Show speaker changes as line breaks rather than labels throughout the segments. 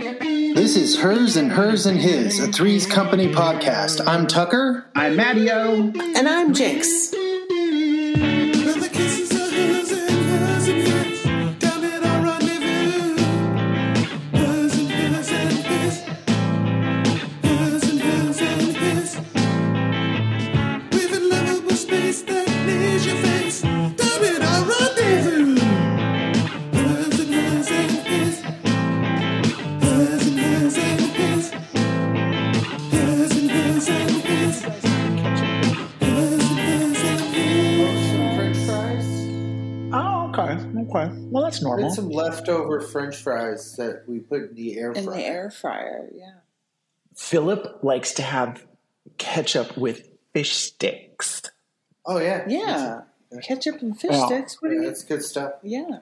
This is Hers and Hers and His, a Threes Company podcast. I'm Tucker.
I'm Mattio.
And I'm Jinx.
Oh, okay. Okay. Well, that's normal.
It's some leftover French fries that we put in the air
In the
fryer.
air fryer, yeah.
Philip likes to have ketchup with fish sticks.
Oh yeah,
Yeah. Ketchup and fish
Yeah.
sticks? What
yeah,
do you?
that's good stuff.
Yeah.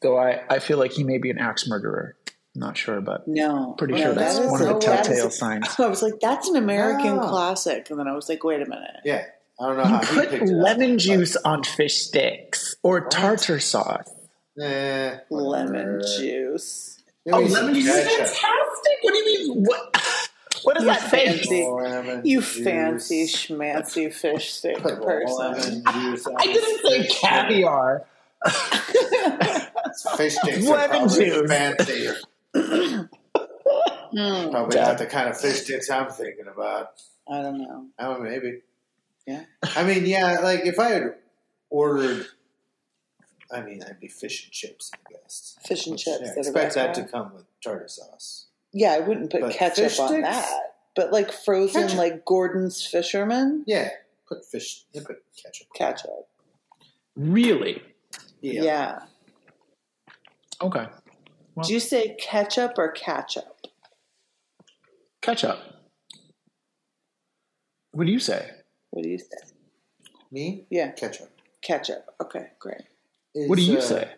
Though I, I feel like he may be an axe murderer. Not sure, but
No.
pretty
No,
sure
that
that's
is
one of the
a- that is-
telltale signs.
I was like, that's an American
No.
classic. And then I was like, wait a minute.
Yeah, I don't know
You
how he
put
picked it up,
lemon
but-
juice on fish sticks or tartar sauce.
Nah,
Lemon juice.
Oh, lemon juice is fantastic. What do you mean? What? What is
You
that face?
fancy- You fancy schmancy fish stick person.
person.
I didn't say caviar.
Fish sticks are
Lemon
probably
juice.
fancier.
Hmm.
Probably
Duh.
not the kind of fish sticks I'm thinking about.
I don't know.
Oh, maybe.
Yeah.
I mean, yeah. Like if I had ordered, I mean, I'd be fish and chips, I guess.
Fish and chips.
Yeah,
at a
expect that to
restaurant.
come with tartar sauce.
Yeah, I wouldn't put
But fish
ketchup on
sticks?
that. But like frozen,
Ketchup.
like Gordon's Fisherman
Yeah, put fish. yeah, Put ketchup.
ketchup.
Really?
Yeah.
Okay.
Do you say ketchup or ketchup?
Ketchup. What do you say?
What do you say?
Me?
Yeah,
Ketchup.
ketchup. Okay, great.
What do
Is,
you
uh,
say?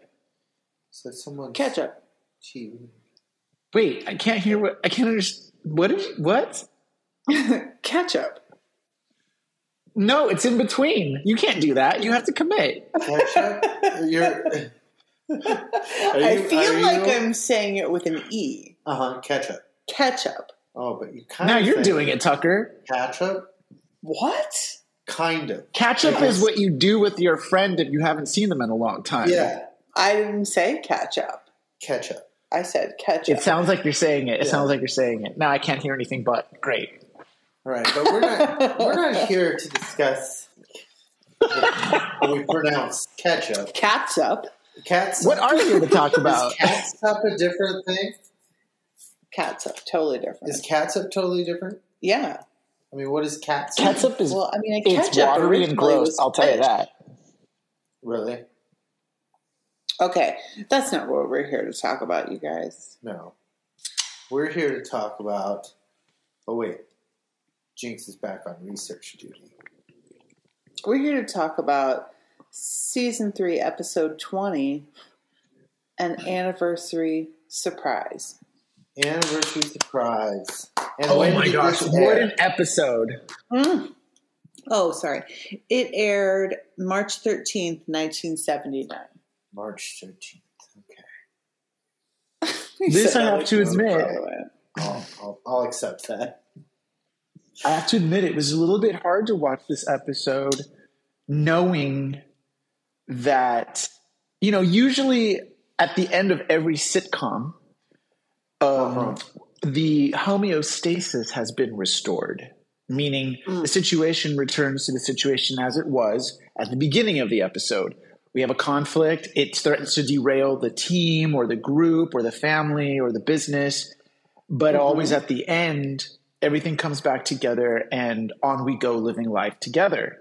So someone
Ketchup.
Tea.
Wait, I can't hear what I can't understand. What is what?
ketchup.
No, it's in between. You can't do that. You have to commit.
Ketchup. You're.
I feel like I'm saying it with an E.
Uh huh. Ketchup.
Ketchup.
Oh, but you kind
Now
of.
you're
think
doing it, Tucker.
Ketchup.
What?
Kind of.
Ketchup
Yes.
is what you do with your friend if you haven't seen them in a long time.
Yeah.
I didn't say ketchup.
Ketchup.
I said ketchup.
It sounds like you're saying it. It
Yeah.
sounds like you're saying it. Now I can't hear anything but great.
All right, but we're not. we're not here to discuss. How we pronounce ketchup.
catsup.
Cats.
What are you to talk about?
Is catsup a different thing?
Catsup. Totally different.
Is catsup totally different?
yeah.
I mean, what is catsup?
Ketchup is
Well, I mean,
it's
ketchup
watery and
originally
gross.
was
I'll tell you that.
French.
Really?
Okay, that's not what we're here to talk about, you guys.
No. We're here to talk about. Oh wait, Jinx is back on research duty.
We're here to talk about season three, episode 20, an anniversary surprise.
Anniversary surprise. And
Oh
when
my
did
gosh!
this
What
air?
an episode!
Mm. Oh, sorry. It aired March 13th, 1979.
March thirteenth. Okay,
We
This
said
I
that
have
was
to
really
admit.
relevant.
I'll, I'll, I'll accept that.
I have to admit, it was a little bit hard to watch this episode knowing that, you know, usually at the end of every sitcom, um,
Uh-huh.
the homeostasis has been restored, meaning the situation returns to the situation as it was at the beginning of the episode. We have a conflict, it threatens to derail the team or the group or the family or the business but always at the end everything comes back together and on we go living life together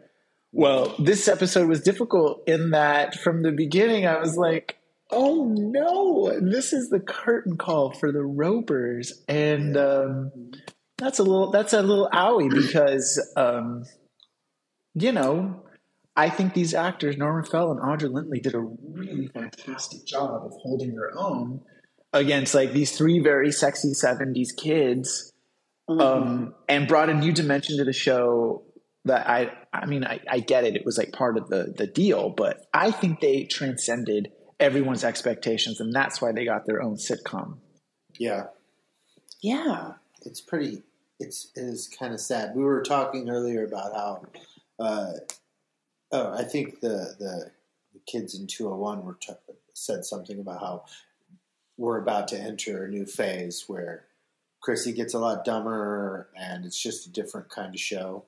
well this episode was difficult in that from the beginning i was like oh no this is the curtain call for the ropers and um, that's a little that's a little owie because um, you know i think these actors norman fell and audra lindley did a really fantastic job of holding their own against like these three very sexy 70s kids um, and brought a new dimension to the show that i i mean I, I get it it was like part of the the deal but i think they transcended everyone's expectations and that's why they got their own sitcom
Yeah,
Yeah.
it's pretty it's it is kind of sad we were talking earlier about how uh, oh i think the the, the kids in 201 were t- said something about how we're about to enter a new phase where chrissy gets a lot dumber and it's just a different kind of show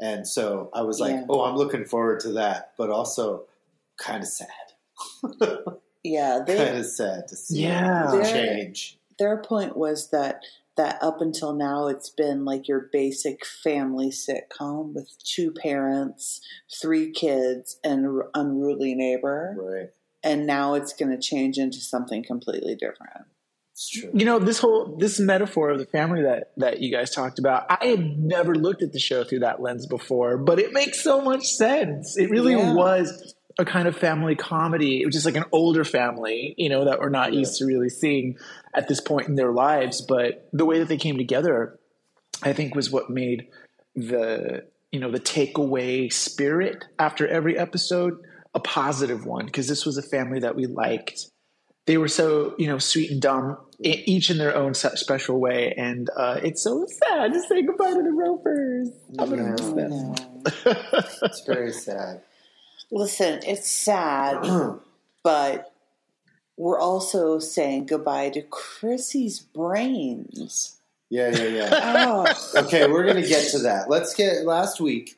and so i was like
Yeah.
oh i'm looking forward to that but also kind of sad
Yeah.
kind
They,
of sad to see
Yeah.
the
There-
change
their point was that that up until now it's been like your basic family sitcom with two parents, three kids, and an unruly neighbor.
right
And now it's going to change into something completely different.
it's true
You know, this whole this metaphor of the family that that you guys talked about, I had never looked at the show through that lens before, but it makes so much sense. It really
Yeah.
was a kind of family comedy. It was just like an older family, you know, that we're not
Yeah.
used to really seeing at this point in their lives, but the way that they came together I think was what made the you know the takeaway spirit after every episode a positive one because this was a family that we liked. They were so you know sweet and dumb, e- each in their own se- special way, and uh, it's so sad to say goodbye to the Ropers. I'm gonna miss
Oh, Yeah.
them.
it's very sad
Listen, it's sad, but we're also saying goodbye to Chrissy's brains.
yeah yeah yeah
Oh,
okay, we're gonna get to that. Let's get last week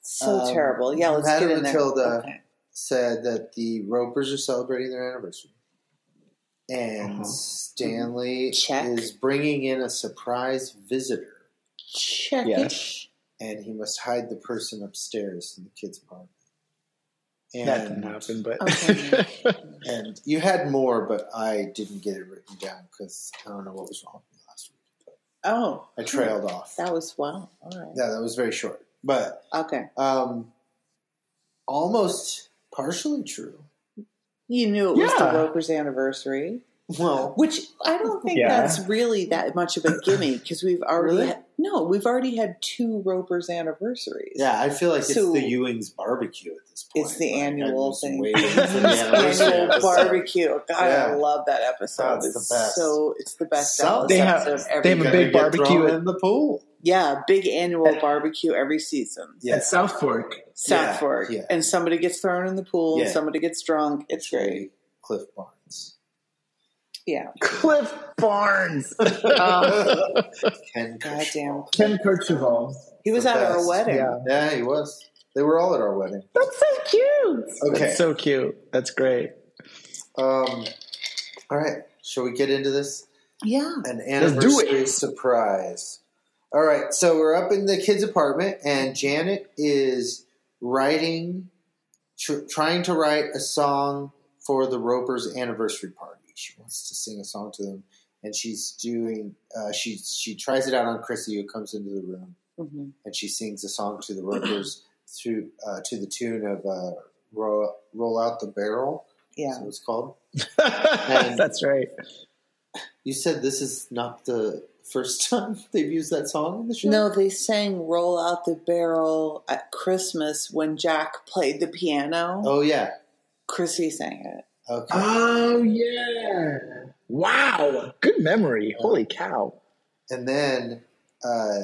so
Um,
terrible. Yeah, let's
Madame uh,
get in there.
Matilda.
Okay.
said that the Ropers are celebrating their anniversary, and
Uh-huh.
Stanley
Check.
is bringing in a surprise visitor,
Check
Yes.
and he must hide the person upstairs in the kids' apartment.
That
And
didn't happen, but
Okay.
and you had more, but I didn't get it written down because I don't know what was wrong with me last week.
Oh,
I trailed off.
That was wow. All
Yeah, that was very short, but
right. Okay.
um, almost partially true.
You knew it was
Yeah.
the Roper's anniversary,
Well,
which I don't think
Yeah.
that's really that much of a gimme because we've already
Really?
had, no, we've already had two Roper's anniversaries.
Yeah, I feel like it's
So-
the Ewing's barbecue at this point.
It's the
Like, I'm
annual
just
thing.
waiting for the anniversary
annual
episode.
barbecue. God, I
Yeah.
love that episode.
That's the
it's
best.
so it's the best
So-
episode
They have-
of every
they have
Gonna
a
year.
big
get
barbecue
thrown
at-
in the pool.
yeah, big annual barbecue every season.
Yeah,
at South Fork,
South
Yeah,
Fork.
yeah.
And somebody gets thrown in the pool,
Yeah.
and somebody gets drunk. It's great.
Cliff Barnes,
Yeah.
Cliff Barnes,
Ken. Kirsch.
Goddamn.
Ken Kercheval.
He was
The
at our
best.
wedding.
Yeah,
Yeah, he was. They were all at our wedding.
that's so cute.
Okay.
That's so cute. That's great.
Um, all right, shall we get into this?
Yeah.
An
Let's do it.
anniversary surprise. All right, so we're up in the kids' apartment, and Janet is writing, tr- trying to write a song for the Ropers' anniversary party. She wants to sing a song to them, and she's doing. Uh, she she tries it out on Chrissy, who comes into the room,
Mhm.
and she sings a song to the Ropers through uh, to the tune of uh, roll, "Roll Out the Barrel."
Yeah.
Is what it's called.
That's right.
You said this is not the first time they've used that song in the show.
No, they sang Roll Out the Barrel at Christmas when Jack played the piano.
Oh yeah.
Chrissy sang it.
Okay.
Oh yeah! Wow, good memory. Holy cow!
and then uh,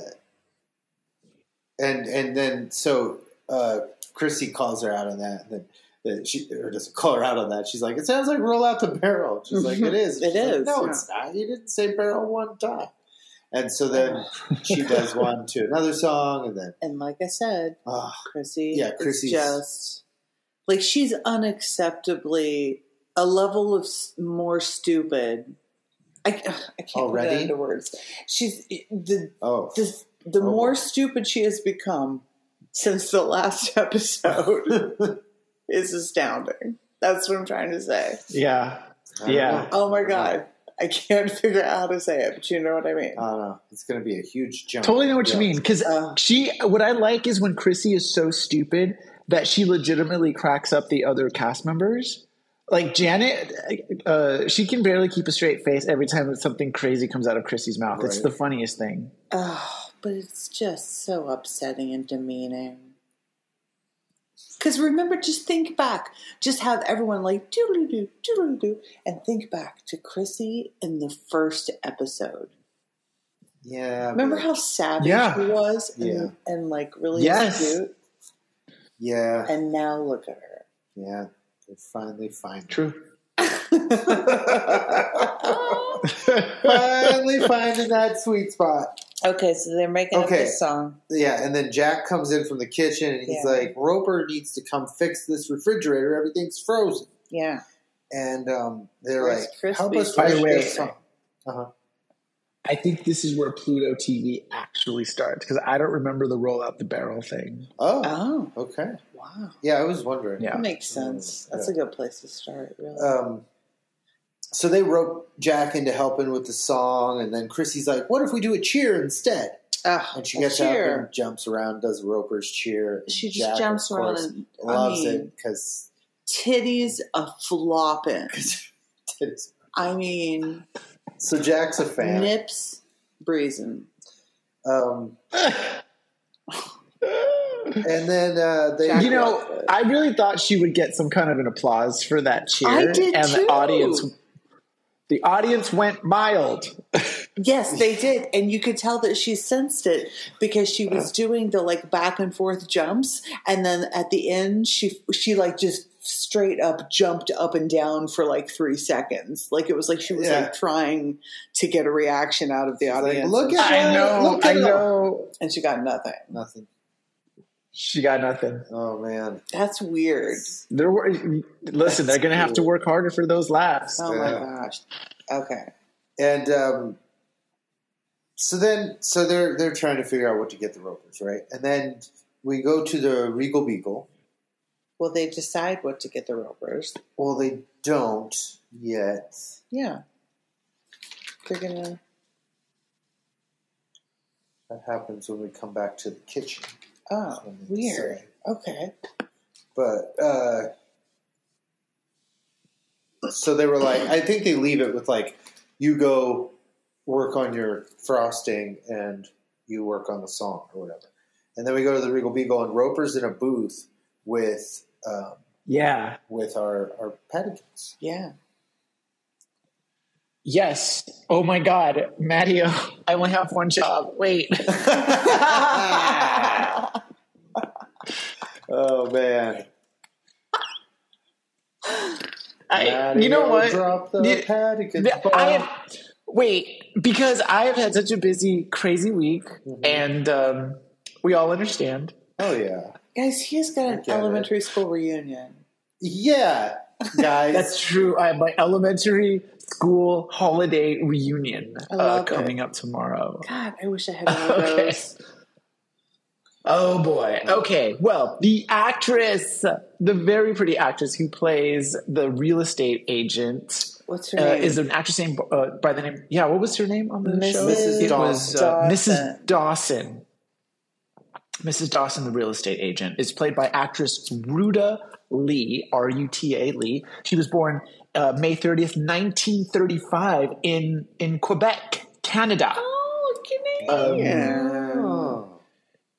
and and then so uh, Chrissy calls her out on that. That, that she or doesn't call her out on that. She's like, "It sounds like roll out the barrel." She's like, "It is.
It
She's like,
is,
no,
yeah.
it's not. You didn't say barrel one time." And so then she does one to another song, and then
And like I said,
ah,
Chrissy
Yeah,
is
Chrissy's-
just like she's unacceptably a level of s- more stupid. I, I can't put
Already?
it into words. She's the
oh,
the, the
Oh.
more stupid she has become since the last episode is astounding. That's what I'm trying to say.
Yeah,
I don't
Yeah.
know.
Oh my god, I can't figure out how to say it, but you know what I mean.
I don't know. It's going to be a huge jump.
totally know what
Yeah.
you mean. Because
Uh.
she, what I like is when Chrissy is so stupid that she legitimately cracks up the other cast members. Like Janet, uh, she can barely keep a straight face every time that something crazy comes out of Chrissy's mouth. It's
Right.
the funniest thing.
Oh, but it's just so upsetting and demeaning. Because remember, just think back. Just have everyone like doodly doo, doodly doo, and think back to Chrissy in the first episode.
Yeah.
Remember
but-
how savage
Yeah.
he was and,
Yeah.
and like really
Yes.
astute?
Yeah.
And now look at her.
Yeah. They finally find her.
True.
finally finding that sweet spot.
Okay, so they're making up
Okay.
this song.
Yeah, and then Jack comes in from the kitchen and he's
Yeah.
like, Roper needs to come fix this refrigerator. Everything's frozen.
Yeah.
And um, they're
Rice
like,
Krispies.
help us
By the
fix
way-
this song. Uh-huh.
I think this is where Pluto TV actually starts because I don't remember the roll out the barrel thing.
Oh,
Oh,
okay.
wow.
Yeah, I was wondering.
Yeah.
That makes sense. That's a good place to start, really.
Um, so they rope Jack into helping with the song, and then Chrissy's like, what if we do a cheer instead?
Ah,
And she
a
gets
cheer.
up and jumps around, does Roper's cheer. and
She just
Jack, of
jumps around
course,
and I
loves
mean-
it because
titties a flopping. I mean,
so Jack's a fan.
nips breezing.
Um, and then uh, they,
Jack
you know,
loves it.
I really thought she would get some kind of an applause for that cheer,
I did
and
too.
the audience. The audience went mild.
Yes, they did. And you could tell that she sensed it because she was
Uh.
doing the like back and forth jumps and then at the end she she like just straight up jumped up and down for like 3 seconds. Like it was like she was
Yeah.
like trying to get a reaction out of the
like,
audience.
"Look
and
at
she-
her,
I know,
look
I
at her.
know.
and she got nothing.
nothing.
She got nothing.
Oh man,
That's weird.
They're wor- listen. they're going to have to
good.
work harder for those laughs.
Oh my
Yeah.
gosh. Okay.
and um, so then so they're they're trying to figure out what to get the Ropers right, and then we go to the Regal Beagle.
Well, they decide what to get the ropers.
Well, they don't yet.
Yeah. They're going to
That happens when we come back to the kitchen.
Oh, weird. Okay.
but uh, so they were like, I think they leave it with like, you go work on your frosting and you work on the song or whatever. And then we go to the Regal Beagle and Roper's in a booth with um,
Yeah.
with our our pedicures.
Yeah.
Yes. Oh my God, Matteo. I only have one job. Wait.
Oh man!
I, you know
Matteo
what?
Drop the
You-
Paddingtons
Th- I
ball.
have, wait, because I have had such a busy, crazy week,
Mm-hmm.
and um, we all understand.
Oh yeah,
Guys, he has got an
get it.
elementary school reunion.
yeah, guys.
That's true. I have my elementary school holiday reunion
I
uh,
love it.
coming up tomorrow.
God, I wish I had one of
Okay.
those.
Oh boy. Okay. Well, the actress, the very pretty actress who plays the real estate agent,
What's her
uh,
name?
is an actress named uh, by the name. Yeah, what was her name on the
Mrs.
show?
Mrs.
It was uh,
Dawson.
Mrs. Dawson. Mrs. Dawson, the real estate agent, is played by actress Ruta Lee, R U T A Lee. She was born uh, May 30th, 1935, in, in Quebec, Canada.
oh,
Oh,
Canadian.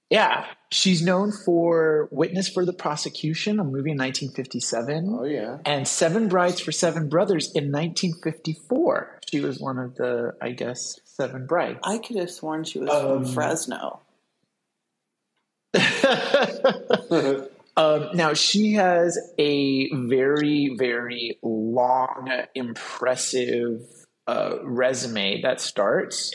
Yeah. She's known for Witness for the Prosecution, a movie in 1957,
oh yeah.
and Seven Brides for Seven Brothers in 1954. She was one of the, I guess, seven brides.
I could have sworn she was
Um,
from Fresno.
um, now she has a very, very long, impressive uh, resume that starts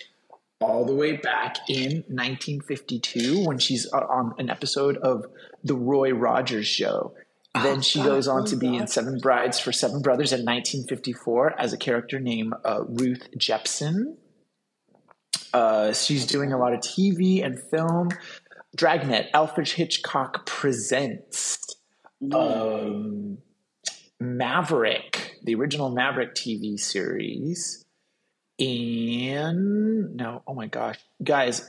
all the way back in 1952 when she's uh, on an episode of the Roy Rogers Show. Then she
God,
goes on
Ah, Roy
to be in
Rogers.
Seven Brides for Seven Brothers in 1954 as a character named uh, Ruth Jepson. Uh, she's doing a lot of TV and film. Dragnet, Alfred Hitchcock Presents, um, Maverick, the original Maverick TV series, and no, oh my gosh, guys,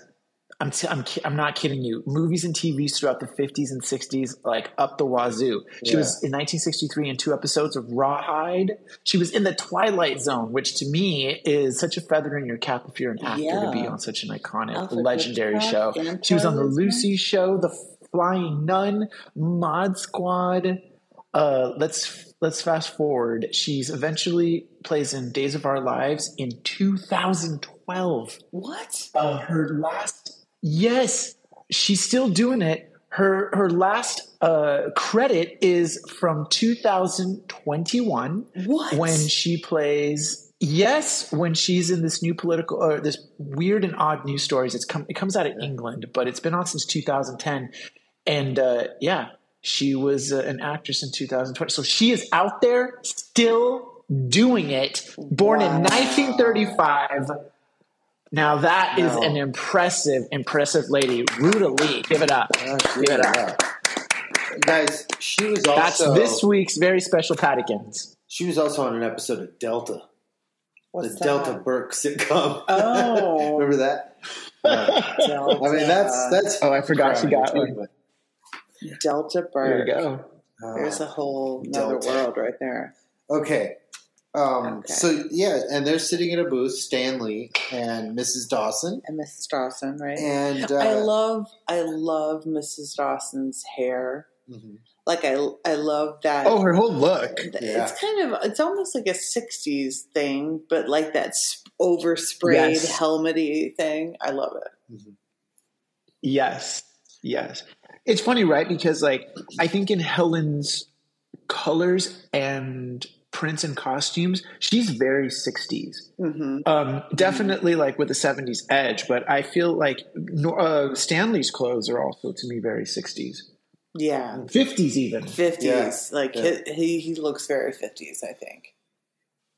I'm t- I'm ki- I'm not kidding you. Movies and TVs throughout the 50s and 60s, like up the wazoo. She was in 1963 in two episodes of Rawhide. She was in the Twilight Zone, which to me is such a feather in your cap if you're an actor to be
Yeah.
on such an iconic,
Alfred
legendary
Hitchcock
show.
and
She was on the
Twilight Zone.
Lucy Show, the Flying Nun, Mod Squad. Uh, let's let's fast forward. She's eventually plays in Days of Our Lives in 2012. 12
What?
uh, her last yes she's still doing it her her last uh, credit is from 2021
What?
when she plays yes when she's in this new political or this weird and odd news stories it's come it comes out of england but it's been on since 2010 and uh, yeah she was uh, an actress in 2020 so she is out there still doing it born in
Wow.
1935 now that is
Wow.
an impressive impressive lady ruta lee give it up
Yeah,
give it up
Guys, she was
that's
also
this week's very special patikins
she was also on an episode of Delta,
What's
the
that?
Delta Burke sitcom.
Oh.
remember that? Uh, I mean, that's that's
oh i forgot she got one
Delta
there
Bird.
we go
Uh,
There's a whole another
Delta.
world right there.
Uh, Okay. Um,
Okay.
So yeah, and they're sitting in a booth, Stanley and Mrs. Dawson,
And Mrs. Dawson, right?
and uh,
I love, I love Mrs. Dawson's hair.
mhm.
Like I, I love that.
oh her whole look
Th-
yeah.
It's kind of, it's almost like a '60s thing, but like that sp- oversprayed
Yes.
helmety thing. I love it.
Yes. Yes. It's funny, right? Because like I think in Helen's colors and prints and costumes, she's very 60s.
Mm-hmm.
hmm
Um, definitely like with a 70s edge, but I feel like nor- uh, Stanley's clothes are also to me very 60s.
Yeah,
50s even.
fifties. Like
Yeah.
hi- he, he looks very fifties. I think.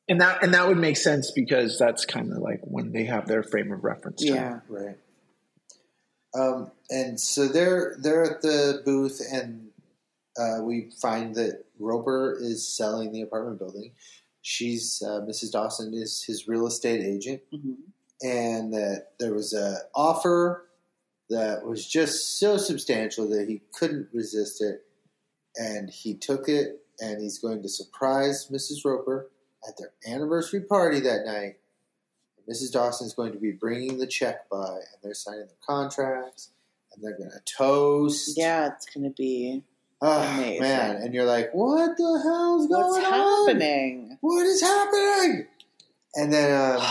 And that and that would make sense because that's kind of like when they have their frame of reference. time.
Yeah.
right. Um, and so they're they're at the booth, and uh, we find that Roper is selling the apartment building. She's uh, Mrs. Dawson is his real estate agent,
hmm
and that there was a offer that was just so substantial that he couldn't resist it, and he took it, and he's going to surprise Mrs. Roper at their anniversary party that night. Mrs. Dawson is going to be bringing the check by, and they're signing the contracts, and they're going to toast.
Yeah, it's gonna be
Ah,
amazing.
man, and you're like, what the hell's going
what's
on?
happening.
What is happening? And then um,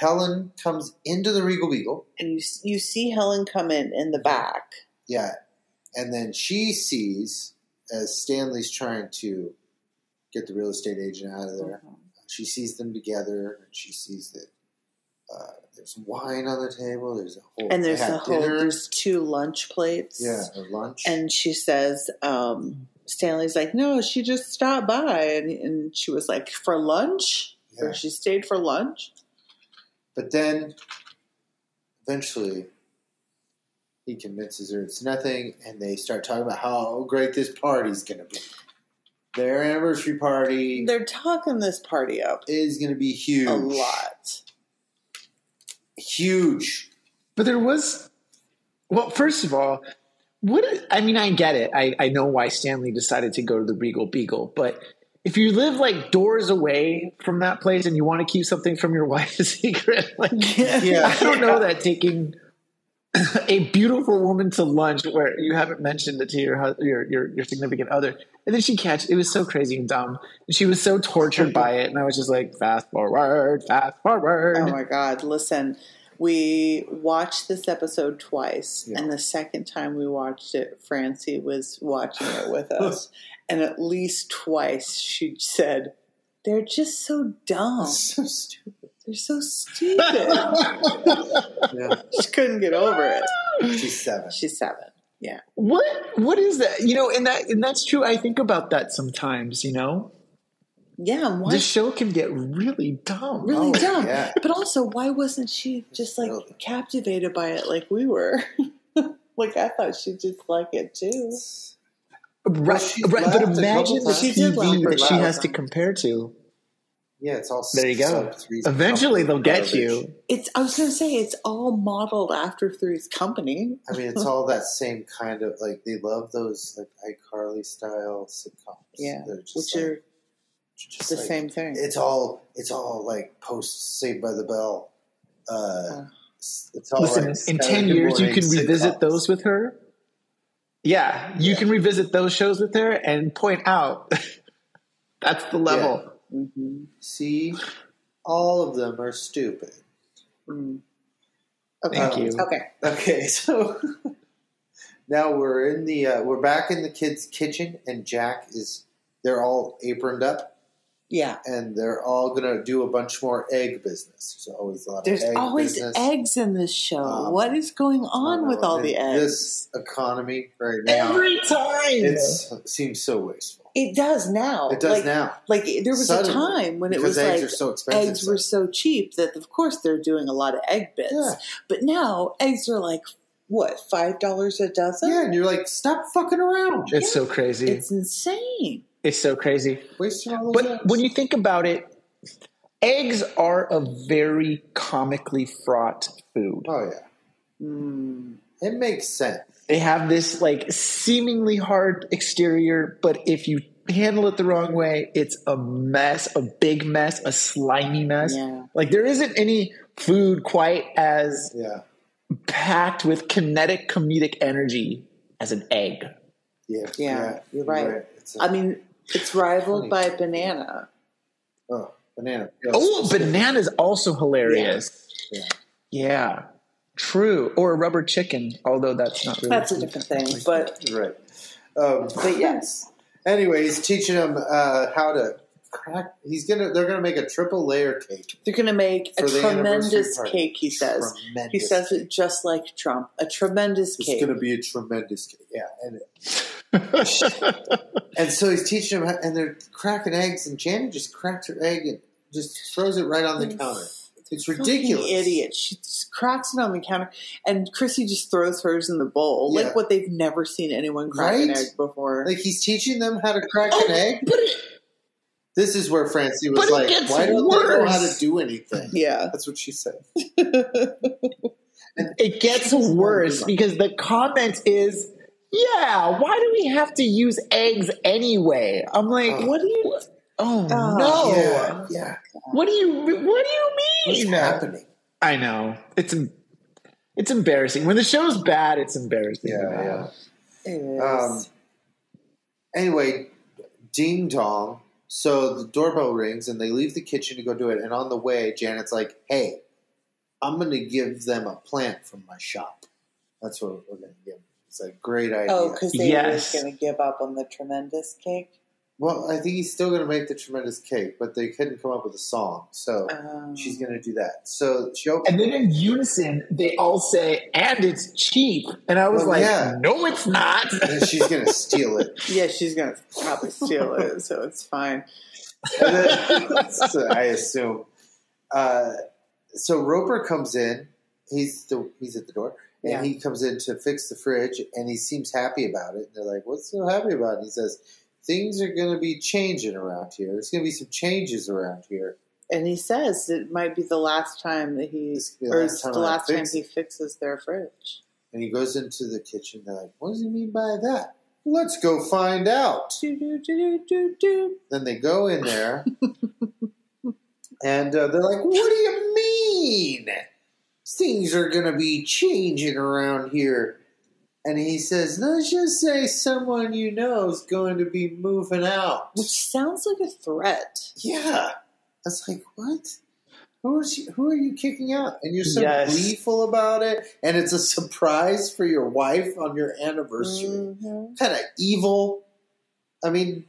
Helen comes into the Regal Beagle.
and you you see Helen come in in the back.
Yeah. And then she sees, as Stanley's trying to get the real estate agent out of there, she sees them together and she sees that uh, there's wine on the table. There's a whole
And there's
they had
a whole
dinner.
there's two lunch plates.
yeah, or lunch.
And she says, um, Stanley's like, No, she just stopped by and, and she was like, For lunch?
Yeah.
Or she stayed for lunch.
But then eventually he convinces her it's nothing and they start talking about how great this party's going to be. Their anniversary party
They're talking this party up
is going to be huge.
a lot.
Huge.
But there was, well, first of all, what I mean, I get it. I, I know why Stanley decided to go to the Regal Beagle, but if you live like doors away from that place and you want to keep something from your wife a secret, like
Yeah.
I don't know that taking a beautiful woman to lunch where you haven't mentioned it to your hu- your your, your significant other, and then she catch it was so crazy and dumb, and she was so tortured by it, and I was just like fast forward, fast forward.
Oh my God. Listen, we watched this episode twice.
Yeah.
And the second time we watched it, Francie was watching it with us. and at least twice she said, They're just so dumb.
So stupid.
They're so stupid.
Yeah.
she couldn't get over it.
She's seven.
She's seven. Yeah.
what what is that you know and that and that's true i think about that sometimes you know
Yeah. and Why?
this show can get really dumb
really
Oh,
dumb.
yeah.
But also, why wasn't she just like
Really.
captivated by it like we were? like, I thought she just liked it too.
Well,
right,
she
right, but
laughed a
imagine
couple
the
times.
She did laugh
tv that
a
she
lot.
has to compare to
Yeah, it's all
there you go eventually they'll get you
It's. I was gonna say it's all modeled after Three's Company.
I mean, it's all that same kind of like they love those like iCarly style sitcoms.
Yeah,
They're just
which
like-
are
just
the
like-
same thing.
It's all it's all like post Saved by the Bell. Uh, it's all
listen
like
in
Saturday
10 years you
morning
can revisit
sitcoms.
those with her yeah you can revisit those shows with her and point out that's the level
Mhm.
See, all of them are stupid. Um,
Mm.
Mm-hmm.
Thank you.
Okay.
Okay, so now we're in the uh, we're back in the kids' kitchen, and Jack is they're all aproned up,
Yeah.
and they're all gonna do a bunch more egg business. There's always a lot
There's
of egg
always
business.
eggs in this show.
Um,
what is going on
Uh,
with all the
in
eggs?
This economy right now,
Every time.
it seems so wasteful.
it does now.
It does
like,
now
Like there was
Suddenly,
a time when it
because
was
eggs
like
are so expensive.
eggs were so cheap that of course they're doing a lot of egg bits.
yeah,
But now eggs are like what five dollars a dozen?
yeah, and you're like, stop fucking around,
It's so crazy. It's,
It's insane.
so crazy.
wasting all those.
But
eggs.
when you think about it, eggs are a very comically fraught food.
oh yeah,
Mm.
it makes sense.
They have this like seemingly hard exterior, but if you handle it the wrong way, it's a mess, a big mess, a slimy mess.
Yeah.
Like there isn't any food quite as
Yeah,
packed with kinetic comedic energy as an egg.
yeah, yeah.
you're right.
It's a-
I mean, it's rivaled by banana.
oh, banana.
Oh, banana's also hilarious.
Yeah.
Yeah. True. Or a rubber chicken, although that's not really
Mm-hmm.
That's a different thing, but
Right. Um,
but yes,
anyway, he's teaching him uh, how to crack. He's gonna. They're gonna make a triple layer cake.
they're going to make
For
a
the anniversary
tremendous
party.
cake. He says.
Tremendous.
He says it just like Trump. A tremendous
it's
cake.
gonna be a tremendous cake. Yeah, and and so he's teaching him, how, and they're cracking eggs, and Janet just cracks her egg and just throws it right on the counter. It's ridiculous.
Fucking idiot. She just cracks it on the counter, and Chrissy just throws hers in the bowl,
Yeah.
like what they've never seen anyone crack an
Right?
egg before.
Like he's teaching them how to crack an egg.
Oh, But it,
This is where Francie
But
was
it
like,
gets
"Why don't they know how
worse."
to do anything?"
yeah.
That's what she said.
it gets worse because the comment is, yeah, why do we have to use eggs anyway? I'm like,
Oh.
what do you Oh,
Oh.
no.
Yeah, yeah.
What do you what do
What's
you mean?
happening?
I know. It's em- it's embarrassing. When the show's bad, it's embarrassing.
Yeah, yeah.
It is.
Um, anyway, ding dong. So the doorbell rings and they leave the kitchen to go do it. And on the way, Janet's like, hey, I'm going to give them a plant from my shop. That's what we're going to give them. It's a great idea.
oh, because they
Yes.
were going to give up on the tremendous cake.
well, I think he's still going to make the tremendous cake, but they couldn't come up with a song. So
Um,
she's going to do that. So she opens.
And then in unison, they all say, and it's cheap. And I was
Well,
like,
yeah.
no, it's not.
And she's going to steal it.
yeah, she's going to probably steal it, so it's fine.
And then- so I assume. Uh, so Roper comes in. He's the he's at the door, and
Yeah.
he comes in to fix the fridge, and he seems happy about it. And they're like, "What's so happy about?" And he says, "Things are going to be changing around here. There's going to be some changes around here."
And he says it might be the last time that he,
This could be the
or
last
it's
time
the
I
last time
fix
he fixes their fridge.
And he goes into the kitchen. They're like, "What does he mean by that?" Let's go find out.
Do, do, do, do, do, do.
Then they go in there, and uh, they're like, "What do you mean? Things are going to be changing around here." And he says, "Let's just say someone you know is going to be moving out."
Which sounds like a threat.
Yeah, that's like what? Who is you, who are you kicking out? And you're so
Yes.
gleeful about it, and it's a surprise for your wife on your anniversary
Mhm.
kind of evil. I mean,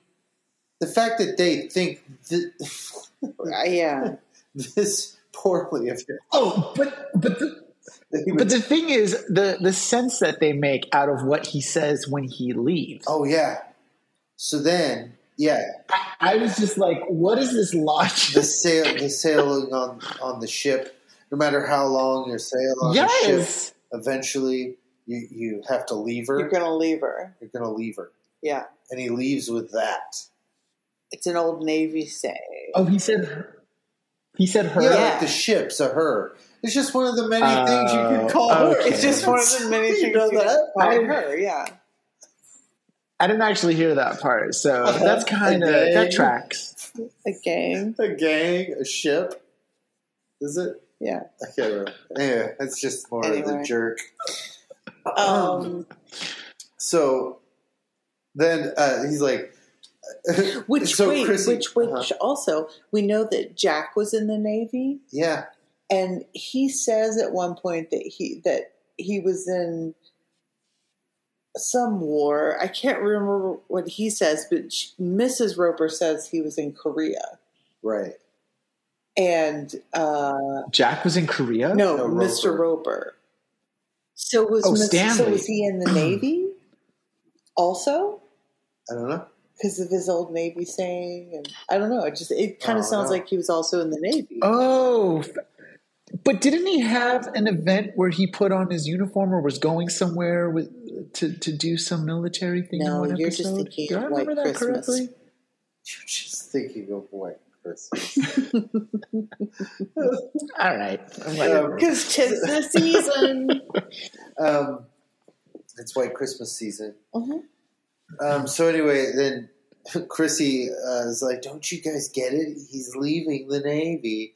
the fact that they think th-
Uh, Yeah.
this poorly of him.
oh, but, but, the,
They would-
but the thing is, the, the sense that they make out of what he says when he leaves.
oh yeah. So then, yeah,
I, I was just like, what is this logic?
the sail, the sailing on on the ship. No matter how long you're sailing on the ship,
Yes.
eventually you you have to leave her.
You're going to leave her.
You're gonna leave her,
Yeah.
and he leaves with that.
It's an old Navy saying.
Oh, he said, he said her.
Yeah,
Yeah.
Like the ship's a her. It's just one of the many things you can
Oh,
call her.
okay.
It's just one of the many
You
things
know
you
that?
can call
I-
her. Yeah.
I didn't actually hear that part. So that's kind of,
Okay.
that tracks.
A gang.
a gang, a ship. Is it?
Yeah.
I can't remember. Anyway, it's just more of the
Anyway.
jerk. Oh.
Um,
So then uh, he's like,
which
So
wait,
Chrissy-
which which
uh-huh.
also we know that Jack was in the Navy.
yeah,
and he says at one point that he that he was in some war. I can't remember what he says, but she, Mrs. Roper says he was in Korea,
Right.
and uh,
Jack was in Korea.
no,
No,
Mr.
Roper.
Roper. So was
Oh,
Mr. so
Stanley.
was he in the Navy also
I don't know.
because of his old Navy saying? And I don't know. It just it kind
Oh,
of sounds
no.
like he was also in the Navy.
Oh, f- but didn't he have an event where he put on his uniform or was going somewhere with to to do some military thing?
No,
in one
you're just
episode?
thinking
Do I
of
remember
White
that
Christmas.
correctly?
You're just thinking of white Christmas.
All right,
Um,
Because tis the season.
um, it's white Christmas season.
Mhm.
Um, so anyway, then Chrissy uh, is like, "Don't you guys get it? He's leaving the Navy,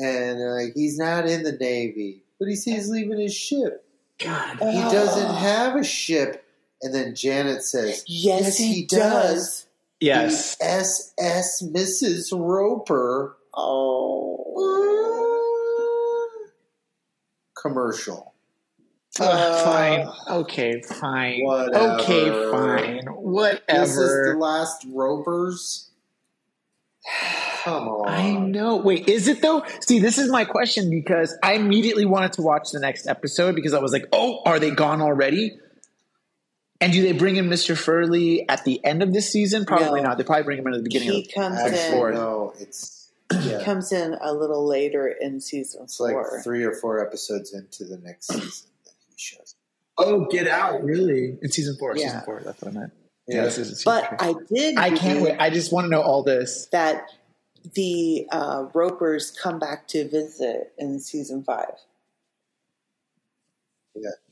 and uh, he's not in the Navy, but he says he's leaving his ship.
God.
He doesn't have a ship." And then Janet says, "E
Yes, he, does.
Yes,
"S.S. Mrs. Roper
Oh.
commercial."
Ugh,
Uh,
fine. Okay, fine.
Whatever.
Okay, fine.
This is the
Whatever.
last Ropers. Come on.
I know. Wait, is it though? See, this is my question because I immediately wanted to watch the next episode because I was like, oh, are they gone already? And do they bring in Mr. Furley at the end of this season? Probably
No.
not. They probably bring him in at the beginning.
He
of
comes
Actually,
Four.
in.
no, it's
He
yeah,
comes in a little later in season
it's like
four.
three or four episodes into the next season that he shows.
oh, Get Out, really? In season four.
Yeah.
Season four. That's what I meant.
Yeah.
this is season
But
four.
I did.
I can't wait. I just want to know all this.
That the uh, Ropers come back to visit in season five.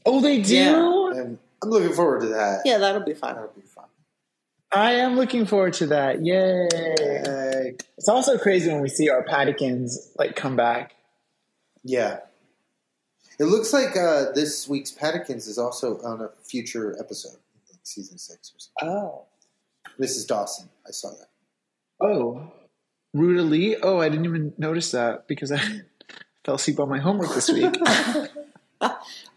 Oh, they do?
Yeah.
And I'm looking forward to that.
Yeah, that'll be fun.
That'll be fun.
I am looking forward to that. Yay.
Yay.
It's also crazy when we see our Paddykins like come back.
yeah. It looks like uh, this week's Paddykins is also on a future episode, like season six or something.
Oh.
Mrs. Dawson, I saw that.
Oh, Ruta Lee. Oh, I didn't even notice that because I fell asleep on my homework this week.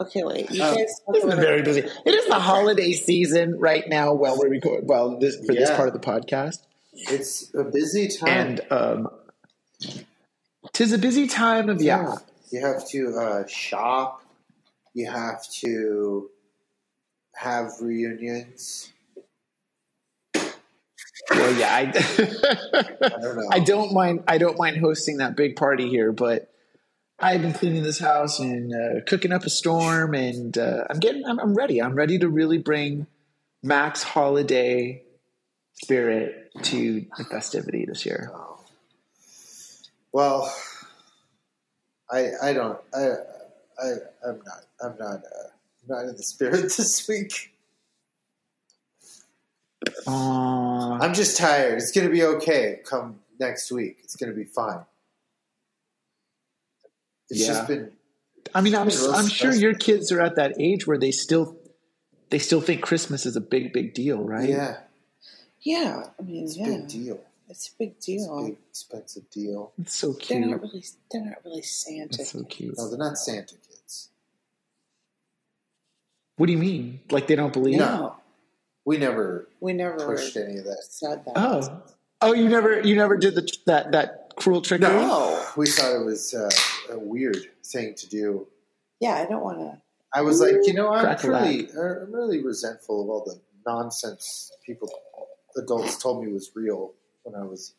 Okay, wait. You
Oh.
guys talk
It's been
about
very busy. It is the holiday season right now. While we're recording, well, this, for this
Yeah.
part of the podcast,
It's a busy time.
and um, tis a busy time of yeah.
You have to uh, shop. You have to have reunions.
Well, yeah, I,
I don't know.
I don't mind. I don't mind hosting that big party here, but I've been cleaning this house and uh, cooking up a storm, and uh, I'm getting. I'm, I'm ready. I'm ready to really bring Max Holiday spirit to the festivity this year.
Oh. Well, I I don't I I I'm not I'm not uh, I'm not in the spirit this week.
Aw.
I'm just tired. It's gonna be okay. Come next week, it's gonna be fine. It's
Yeah.
just been
I mean, I'm,
It's been real
I'm sure
stressful.
your kids are at that age where they still they still think Christmas is a big big deal, right?
yeah,
Yeah, I mean,
it's a
yeah,
big deal.
it's a big
It's
deal.
a big expensive deal.
It's so
They're
cute.
not really, they're not really Santa.
It's so cute.
No, they're not Santa kids.
What do you mean? Like they don't believe?
no,
We never
we never
pushed any of that.
said that.
Oh, oh, you never, you never did the that that cruel trick.
No, we thought it was uh, a weird thing to do
Yeah, I don't want to.
I was like, you know, I'm
Crack-a-lack.
really, I'm really resentful of all the nonsense people, adults told me was real when I was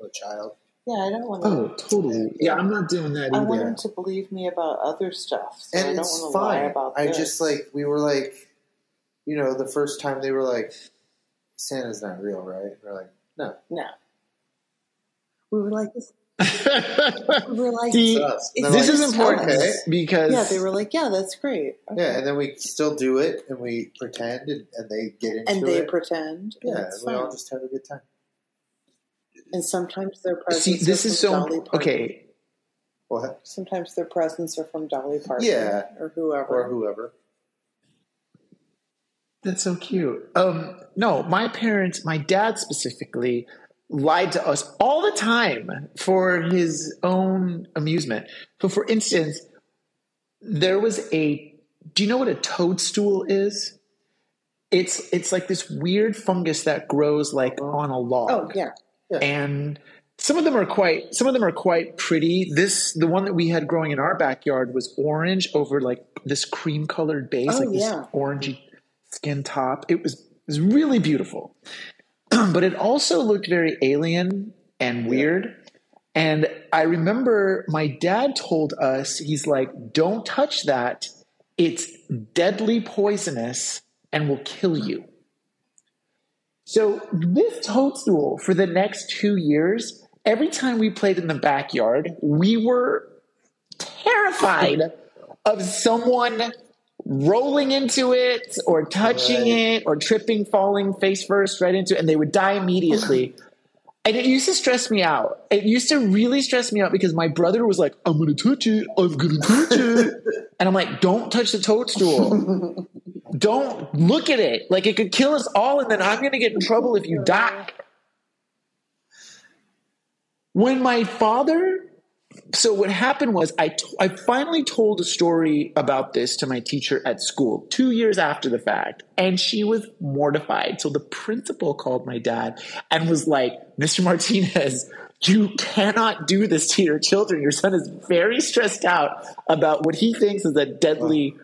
uh, a child.
Yeah, I don't want to.
Oh, totally. Yeah, I'm not doing that
I want
either.
them to believe me about other stuff, so I
And
don't
it's
want to lie
fine.
about
I
this.
just like we were like, you know, the first time they were like, Santa's not real, right? We're like, no,
no. We were like, this, we were like,
See,
it's us. And
It's
they're
this
like,
is important
Okay.
because
yeah, they were like, yeah, that's great. Okay.
Yeah, and then we still do it, and we pretend, and, and they get into
and they
it.
pretend. and
yeah,
it's
we all
fun.
just have a good time.
and sometimes their presents.
see, this
are
is
from
so
Dolly Parton.
okay.
What?
Sometimes their presents are from Dolly Parton,
Yeah.
or whoever.
Or whoever.
That's so cute. Um, no, my parents, my dad specifically, lied to us all the time for his own amusement. So, for instance, there was a. Do you know what a toadstool is? It's it's like this weird fungus that grows like on a log.
Oh yeah.
and some of them are quite some of them are quite pretty this the one that we had growing in our backyard was orange over like this cream colored base
Oh,
like this
yeah.
orangey skin top it was it was really beautiful but it also looked very alien and weird and i remember my dad told us he's like don't touch that it's deadly poisonous and will kill you so this toadstool for the next two years, every time we played in the backyard, we were terrified of someone rolling into it or touching
Right.
it or tripping, falling face first right into it, and they would die immediately. And it used to stress me out. It used to really stress me out because my brother was like, I'm going to touch it. I'm going to touch it. and I'm like, don't touch the toadstool. don't look at it. Like, it could kill us all, and then I'm going to get in trouble if you die. When my father so what happened was I, t- I finally told a story about this to my teacher at school two years after the fact and she was mortified so the principal called my dad and was like mr martinez you cannot do this to your children your son is very stressed out about what he thinks is a deadly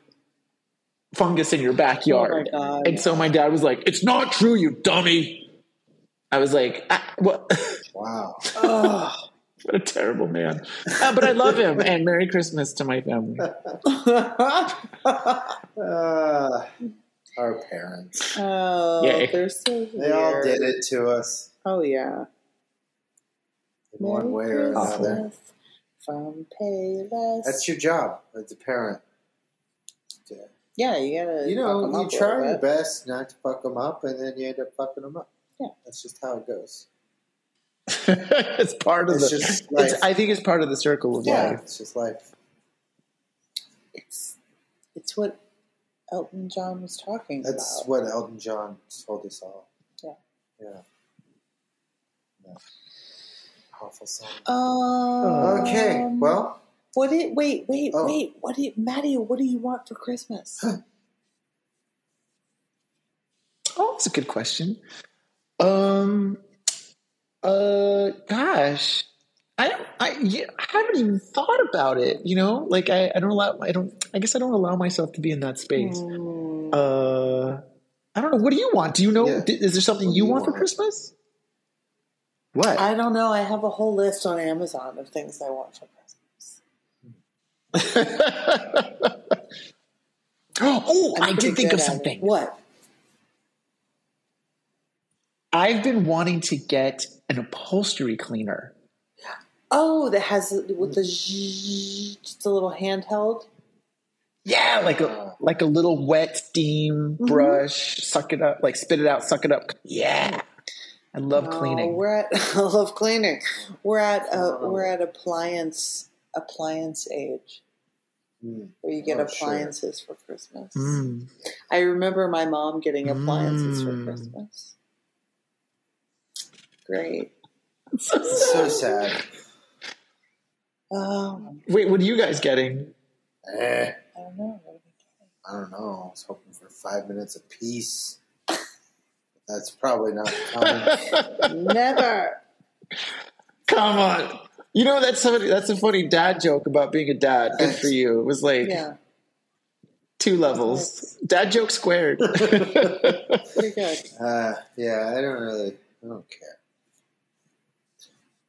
fungus in your backyard
God.
and so my dad was like it's not true you dummy i was like I, what
Wow.
What a terrible man. Uh, but I love him, and Merry Christmas to my family.
Uh, our parents.
Oh,
Yay.
they're so
They all
weird.
did it to us
Oh yeah.
in one way or another.
Christmas From Payless.
That's your job as a parent.
yeah, you gotta.
You
fuck 'em
know,
up
you
a little
try your
bit.
best not to fuck them up, and then you end up fucking them up.
Yeah.
That's just how it goes.
it's part of
It's
the.
just
it's,
life.
I think it's part of the circle of
Yeah,
life.
it's just life.
It's it's what Elton John was talking
That's
about.
what Elton John told us all.
Yeah.
Yeah. Yeah. Powerful song.
Um,
okay, well,
what did wait wait
Oh.
wait what did Maddie? What do you want for Christmas?
Oh, that's a good question. Um, uh, gosh, I don't. I, yeah, I haven't even thought about it. You know, like I, I don't allow. I don't. I guess I don't allow myself to be in that space. Uh, I don't know. What do you want? Do you know?
Hmm. Yeah.
d- Is there something
What do
you
you
want, for
want?
Christmas? What?
I don't know. I have a whole list on Amazon of things I want for Christmas.
oh,
I'm
I
pretty
did think of
good at it.
something.
What?
I've been wanting to get an upholstery cleaner.
Oh, that has with the zzz, it's a little handheld.
Yeah, like
Uh.
a like a little wet steam
Mm-hmm.
brush, suck it up, like spit it out, suck it up. Yeah. I love
No,
cleaning.
We're at I love cleaning. We're at uh, we're at appliance appliance age
mm,
where you get
Oh, sure. Hmm.
appliances for Christmas.
Mm.
I remember my mom getting appliances
Mm.
for Christmas. Great.
so sad.
Um,
Wait, what are you guys getting?
Eh,
I don't know.
I don't know. I was hoping for five minutes apiece. That's probably not common.
Never.
Come on. You know that's somebody that's a funny dad joke about being a dad. Good for you. It was like
Yeah.
two levels. Dad joke squared.
Pretty good.
uh, yeah, I don't really. I don't care.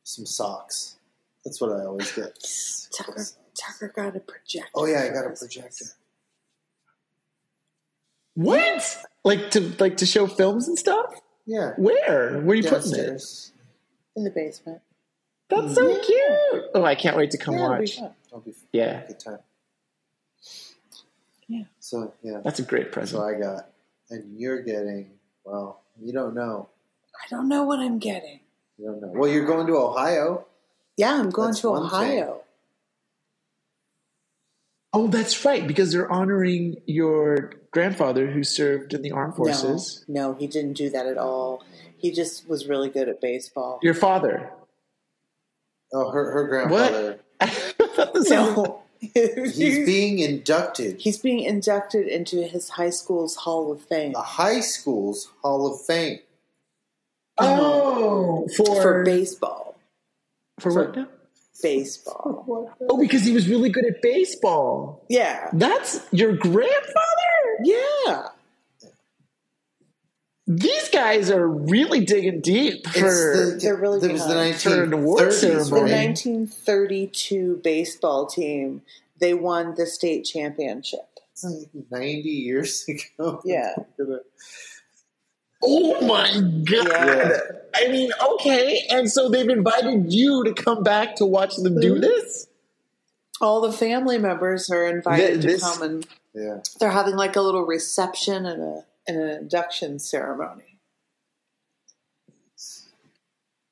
Some socks. That's what I always get.
Tucker Tucker got a projector.
Oh yeah, I
for
got a
Christmas.
projector.
what? Like to like to show films and stuff?
Yeah.
Where? Where are you putting it?
Downstairs.
in the basement.
That's so cute. Oh, I can't wait to come
yeah, it'll be
watch.
fun.
I'll be
Yeah,
good time.
Yeah.
So yeah,
that's a great
that's what
present.
I got, and you're getting. Well, you don't know.
I don't know what I'm getting.
You don't know. Well, you're going to Ohio.
Yeah, I'm going
That's
to
one thing.
Ohio.
Oh, that's right, because they're honoring your grandfather who served in the armed forces.
No, no, he didn't do that at all. He just was really good at baseball.
Your father.
Oh, her, her grandfather.
No.
He's
he's,
being inducted
he's being inducted into his high school's Hall of Fame
in the high school's Hall of Fame.
Oh, for
for baseball.
for what? now?
Baseball.
Oh, because he was really good at baseball.
Yeah.
That's your grandfather.
Yeah.
These guys are really digging deep for.
It's
They're really
that was the
behind.
For an
1930s,
award
The
ceremony.
right?
1932 baseball team, they won the state championship.
It's like 90 years ago.
Yeah.
Oh my god!
Yeah.
I mean, okay, and so they've invited you to come back to watch them do this.
All the family members are
Th-
invited to
this-
come and
Yeah.
they're having like a little reception and, a, and an induction ceremony.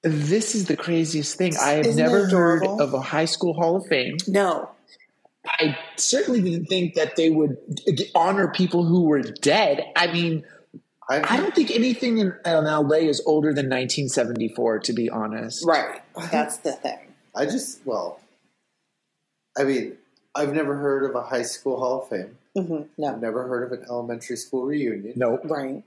This is the craziest thing. I have
Isn't it
never heard
adorable?
of a high school Hall of Fame.
No.
I certainly didn't think that they would honor people who were dead. I mean, I
I've,
don't think anything in, in LA is older than 1974, to be honest.
Right. That's the thing.
I just, well, I mean, I've never heard of a high school Hall of Fame.
hmm
I've
No.
never heard of an elementary school reunion.
No,
Right.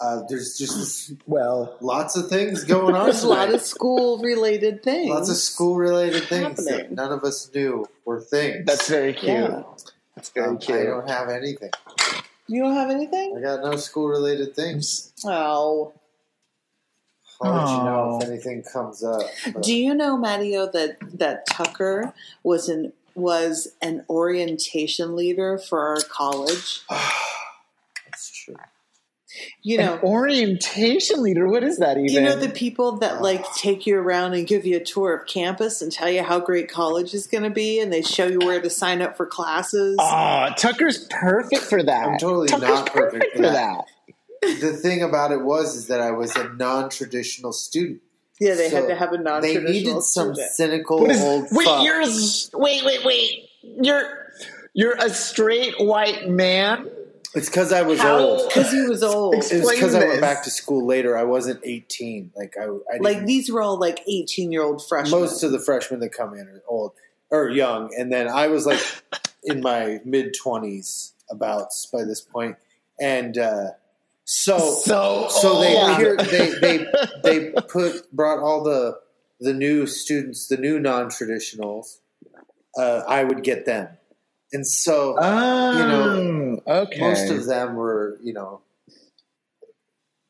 Uh, there's just
well,
lots of things going on.
There's a lot
tonight.
of school related things.
lots of school related things that
happening.
none of us knew were things.
that's very cute.
Yeah.
That's very
Um, I
cute.
don't have anything.
You don't have anything?
I got no school related things.
Oh.
I'll let you know
Oh.
if anything comes up. but-
Do you know, Matteo, that that Tucker was an was an orientation leader for our college?
That's true.
You
An
know,
orientation leader, what is that even?
you know the people that like take you around and give you a tour of campus and tell you how great college is going to be, and they show you where to sign up for classes.
Ah, Tucker's perfect for that.
I'm totally
Tucker's
not perfect for
for
that.
that.
the thing about it was is that I was a non-traditional student.
yeah, they had
So
to have a
They
non-traditional
needed some
student.
cynical
What is-
old
wait,
fuck.
you're a s- wait, wait, wait. You're you're a straight white man.
It's because I was
How-
old.
because he was old.
It was
Explain
because I went
this.
back to school later. I wasn't 18. Like I, I
Like
didn't,
these were all like eighteen-year-old freshmen.
most of the freshmen that come in are old or young, and then I was like in my mid 20s about by this point, and uh, so
So
Oh,
oh.
So they
Oh,
old.
here, they they they put brought all the the new students, the new non traditionals. Uh, I would get them, and so
Oh,
you know,
okay.
most of them were you know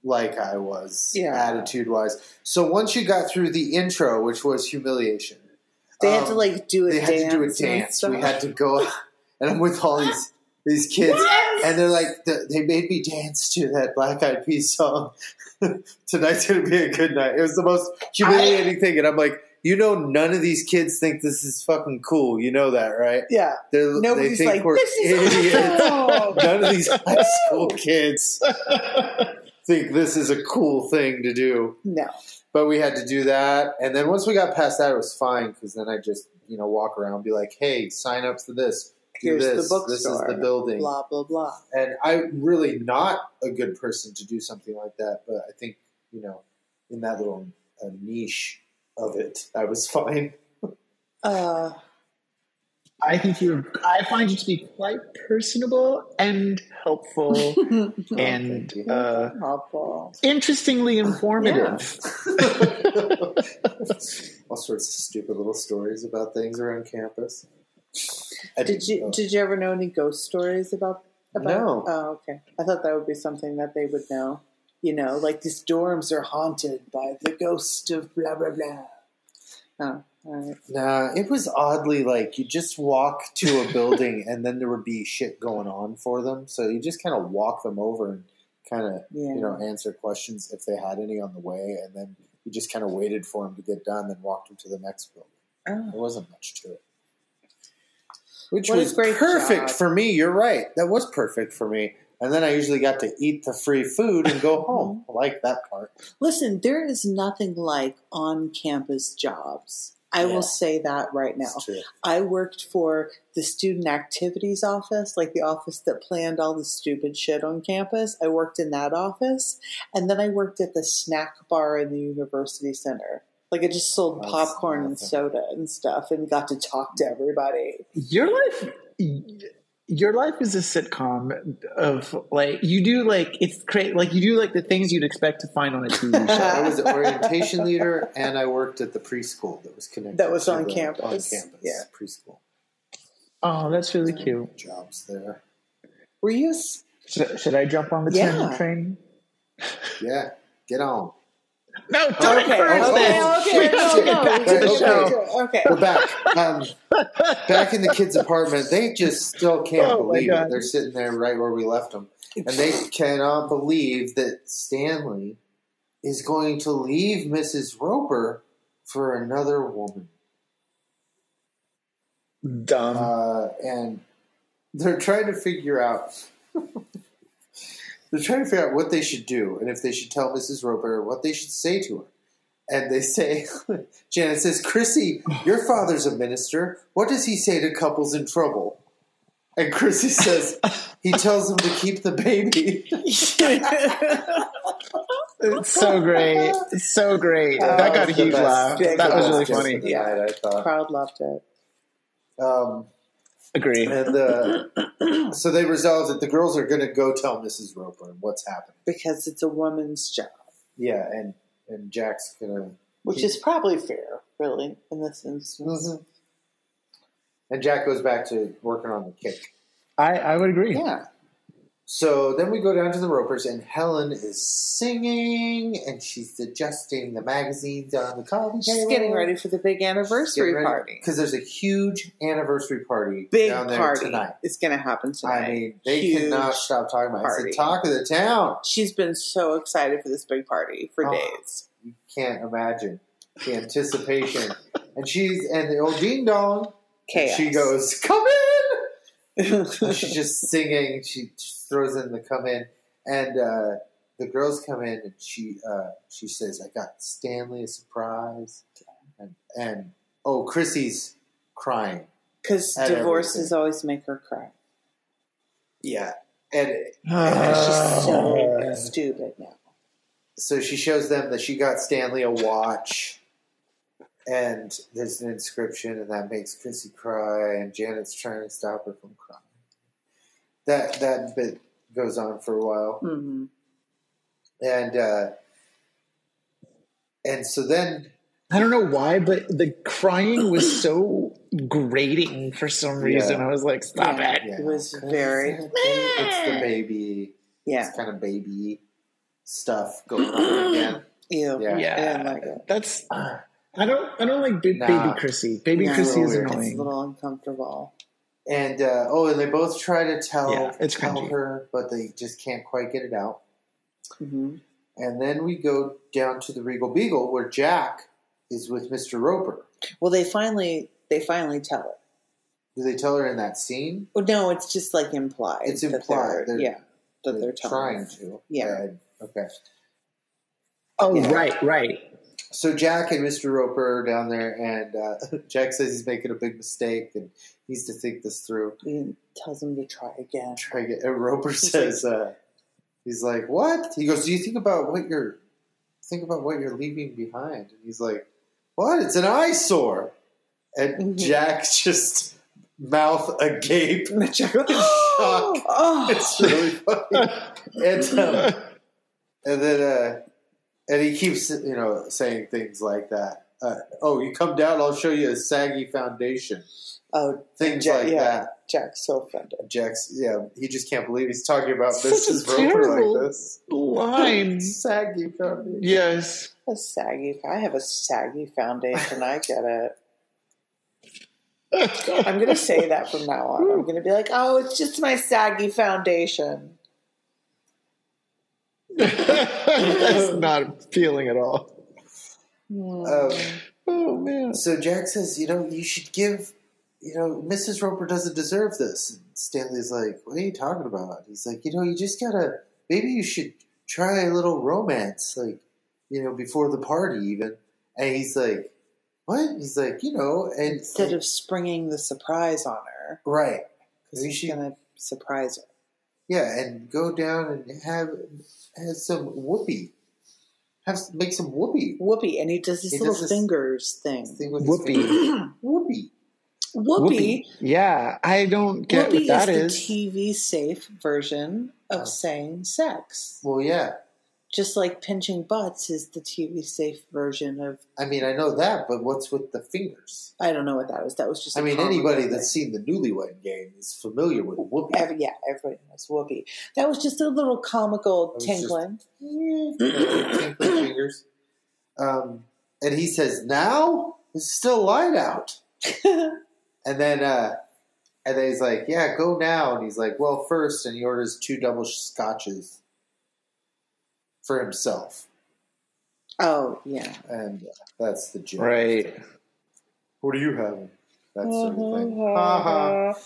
like I was
Yeah.
attitude wise. So once you got through the intro, which was humiliation,
they had to
um,
like do a
they
dance.
had to do a
and
dance.
stuff.
We had to go, and I'm with all these these kids, and they're like, th- they made me dance to that Black Eyed Peas song. Tonight's gonna be a good night. It was the most humiliating thing, and I'm like, you know, none of these kids think this is fucking cool. You know that, right?
yeah.
They're,
Nobody's
they think
like,
we're
"This is
idiots.
awesome!"
none of these high school kids think this is a cool thing to do.
No.
But we had to do that, and then once we got past that, it was fine because then I just you know walk around, and be like, "Hey, sign up for this. Do
Here's
this.
the bookstore.
this is the building."
Blah blah blah.
And I'm really not a good person to do something like that, but I think you know, in that little uh, niche of it, I was fine.
Uh,
I think you. I find you to be quite personable and helpful, and
you.
uh,
awful.
interestingly informative.
All sorts of stupid little stories about things around campus. I
Did
didn't
you
know.
did you ever know any ghost stories about? about
No.
Oh, okay. I thought that would be something that they would know. You know, like these dorms are haunted by the ghost of blah blah blah. Oh, all right.
Nah, it was oddly like you just walk to a building and then there would be shit going on for them. So you just kind of walk them over and kind of
Yeah.
you know answer questions if they had any on the way, and then you just kind of waited for them to get done, then walked them to the next building.
Oh.
There wasn't much to it, which
What a
was
great
perfect
job.
for me. You're right, that was perfect for me. And then I usually got to eat the free food and
Mm-hmm.
go home. I like that part.
Listen, there is nothing like on-campus jobs. I
Yeah.
will say that right now.
It's true.
I worked for the student activities office, like the office that planned all the stupid shit on campus. I worked in that office. And then I worked at the snack bar in the university center. Like I just sold
That's
popcorn and
awesome.
soda and stuff and got to talk to everybody.
Your life, your life is a sitcom of like you do like it's cra like you do like the things you'd expect to find on a TV show.
I was an
Uh-huh.
orientation leader, and I worked at the preschool that was connected.
That was
to
on
the-
campus.
On campus,
Yeah.
preschool
oh, that's really cute.
jobs there.
Were you a s-
Should, should I jump on the
Yeah.
tangent train?
Yeah, get on.
No, don't
Okay,
encourage
okay,
this.
okay,
We have to
no,
get
no,
back to the
okay.
show.
okay.
We're back. Um, back in the kids' apartment, they just still can't
Oh, my
believe it.
God.
They're sitting there right where we left them, and they cannot believe that Stanley is going to leave Mrs. Roper for another woman.
Dumb.
uh, and they're trying to figure out they're trying to figure out what they should do and if they should tell Mrs. Roper what they should say to her. And they say, Janet says, Chrissy, your father's a minister. What does he say to couples in trouble? And Chrissy says, he tells them to keep the baby.
It's so great. It's so great. that got a
was the
huge
best-
laugh.
the
That
best
was really
gif of
funny.
the
Yeah.
night, I thought.
Crowd loved it.
Um,
Agree.
and uh, so they resolve that the girls are going to go tell Mrs. Roper what's happening.
Because it's a woman's job.
Yeah, and and Jack's gonna
Which is probably fair, really, in this instance.
and Jack goes back to working on the kick.
I, I would agree.
Yeah.
So then we go down to the ropers, and Helen is singing, and she's adjusting the magazines on the coffee
She's getting ready for the big anniversary party.
because there's a huge anniversary party
Big
down there
party.
tonight.
It's going to happen tonight.
I mean, they
Huge.
cannot stop talking about it.
party.
It's the talk of the town.
She's been so excited for this big party for
Oh.
days.
You can't imagine the anticipation. and she's and the old ding dong. and
Chaos.
She goes, "Come in." And
goes.
she's just singing. She throws in the come in, and uh, the girls come in, and she uh, she says, "I got Stanley a surprise," and and oh, Chrissy's crying.
Because
At
divorces
everything.
always make her cry.
Yeah, and
And she's so
Uh.
stupid now.
so she shows them that she got Stanley a watch, and there's an inscription, and that makes Chrissy cry, and Janet's trying to stop her from crying. That that bit goes on for a while.
Mhm.
and uh, and so then
I don't know why, but the crying was so grating for some
Yeah.
reason. I was like, stop
Yeah.
it.
yeah,
It was very-
it's the baby
Yeah.
it's kind of baby stuff going on again
Ew.
Yeah.
Yeah.
I didn't like it.
That's I don't I don't like b-
Nah.
baby Chrissy. Baby
No.
Chrissy is
It's a
It's a
annoying.
little uncomfortable.
and uh, oh and they both try to tell
Yeah, it's
tell
cringy.
her but they just can't quite get it out
hmm
and then we go down to the Regal Beagle where Jack is with Mr. Roper
Well, they finally they finally tell her.
do they tell her in that scene
Well, no, it's just like implied.
It's
that
implied.
they're-
They're-
yeah, that they're, telling
trying
her.
to
Yeah.
Uh, okay
Oh
Yeah.
right, right.
So Jack and Mr. Roper are down there, and uh, Jack says he's making a big mistake and needs to think this through.
He tells them to try again.
Try to get, and Roper
He's
says, uh, he's like, "What?" He goes, "Do you think about what you're think about what you're leaving behind?" And he's like, "What? It's an eyesore." And
Mhm.
Jack just mouth agape.
Jack,
shock.
Oh.
It's really funny. and um, and then uh, and he keeps you know saying things like that. Uh, oh, you come down, I'll show you a saggy foundation.
Oh,
Things
Ja-
like
yeah.
that.
Jack's so offended.
Jack's yeah, he just can't believe he's talking about
Such a
Mrs. Roper
terrible-
like this.
Lines.
Saggy foundation.
Yes.
A saggy. I have a saggy foundation. I get it. I'm gonna say that from now on. I'm gonna be like, oh, it's just my saggy foundation.
That's not appealing at all.
Hmm.
Um,
Oh man.
so Jack says, you know, you should give. You know, Mrs. Roper doesn't deserve this. And Stanley's like, "What are you talking about?" He's like, "You know, you just gotta. Maybe you should try a little romance, like, you know, before the party, even." And he's like, what? He's like, you know, and
instead of springing the surprise on her
right,
because
You
he's
should-
gonna surprise her.
yeah, and go down and have have some whoopee, have make some whoopee
Whoopee, and he does his
He
little
does this-
fingers thing.
thing with
Whoopee.
his finger. whoopee.
Whoopee,
Yeah, I don't get
Whoopi
what that
is,
is.
the TV safe version of
Oh.
saying sex.
Well, yeah,
Just like pinching butts is the TV safe version of
I mean, I know that, but what's with the fingers?
I don't know what that was. That was just.
I
a
mean,
common
anybody
thing.
that's seen the Newlywed Game is familiar with whoopee.
Every, yeah, everybody knows Whoopi. That was just a little comical
That was just-
tinkling.
Tinkling fingers. Um, and he says, "Now it's still light out." and then, uh, and then he's like, "Yeah, go now." And he's like, "Well, first," and he orders two double scotches for himself,
Oh yeah.
and uh, that's the joke.
Right.
What are you having? That sort of thing. Ha ha.
So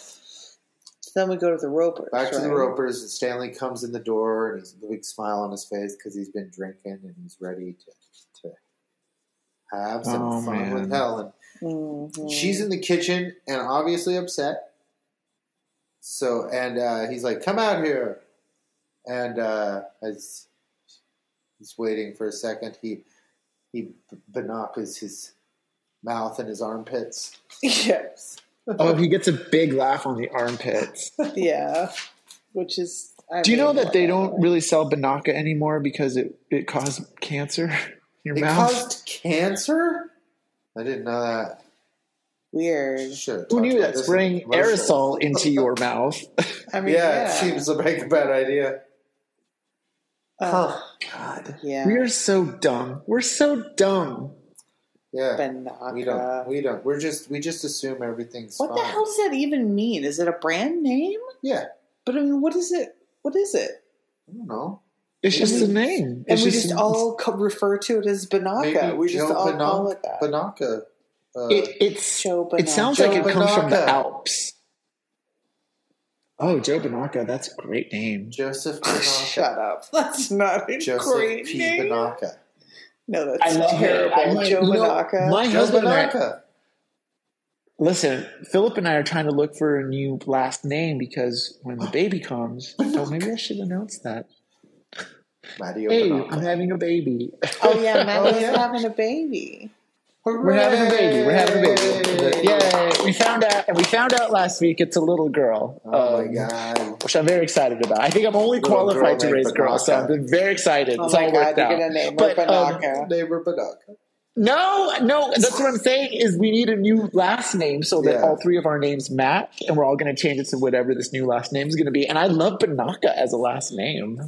Mm-hmm. then we go to the Ropers.
Back to the
right?
ropers, and Stanley comes in the door, and he's got a big smile on his face because he's been drinking and he's ready to, to have some
Oh,
fun with
man.
Helen.
Mhm.
She's in the kitchen and obviously upset. So, and uh, he's like, "Come out here," and uh, as he's waiting for a second, he he b- binocles his mouth and his armpits.
yes.
Oh, he gets a big laugh on the armpits.
Yeah. Which is. I
Do you know
mean,
that they
whatever.
don't really sell Banaka anymore because it, it caused cancer in your
It
mouth?
caused cancer. I didn't know that.
Weird.
Should
Who knew that spraying aerosol into your mouth?
I
Yeah,
mean, yeah.
it seems like a bad idea.
Uh,
God.
Yeah.
We are so dumb. We're so dumb.
Yeah,
Banaka.
we don't. We don't. We're just. We just assume everything's
what
fine.
the hell does that even mean? Is it a brand name?
Yeah,
But I mean, what is it? What is it?
I don't know.
It's
And
just
we-
a name.
And
It's
we just
an-
all co- refer to it as Banaka.
Maybe
We just
Joe
all
Banak-
call it that.
Banaka. Uh,
It, it's
Joe
it sounds
Banaka.
like
Joe
it comes from
Banaka.
the Alps. Oh, Joe Banaka, that's a great name.
Joseph Banaka.
Shut up. That's not a
Joseph
great
P.
name.
Banaka.
No, that's terrible. Joe
you know,
Banaka.
my
Joe
husband and I-
Banaka.
Listen, Philip and I are trying to look for a new last name because when the baby comes, oh, maybe I should announce that.
Mario
Hey,
Banaka.
I'm having a baby.
oh yeah, Maddie's
Oh, yeah.
having a baby.
We're having a baby. We're having a baby.
Hooray.
Yay! We found out, and we found out last week it's a little girl.
Oh
Um,
my god.
Which I'm very excited about. I think I'm only
Little
qualified
girl
to
named
raise girls, so
Banaka.
I've been very excited.
Oh
it's
my
all
god,
worked
you're
out.
gonna name
But,
her
um,
Banaka.
Neighbor Banaka.
No, no, that's what I'm saying is we need a new last name so that
Yeah.
all three of our names match and we're all going to change it to whatever this new last name is going to be. And I love Banaka as a last name.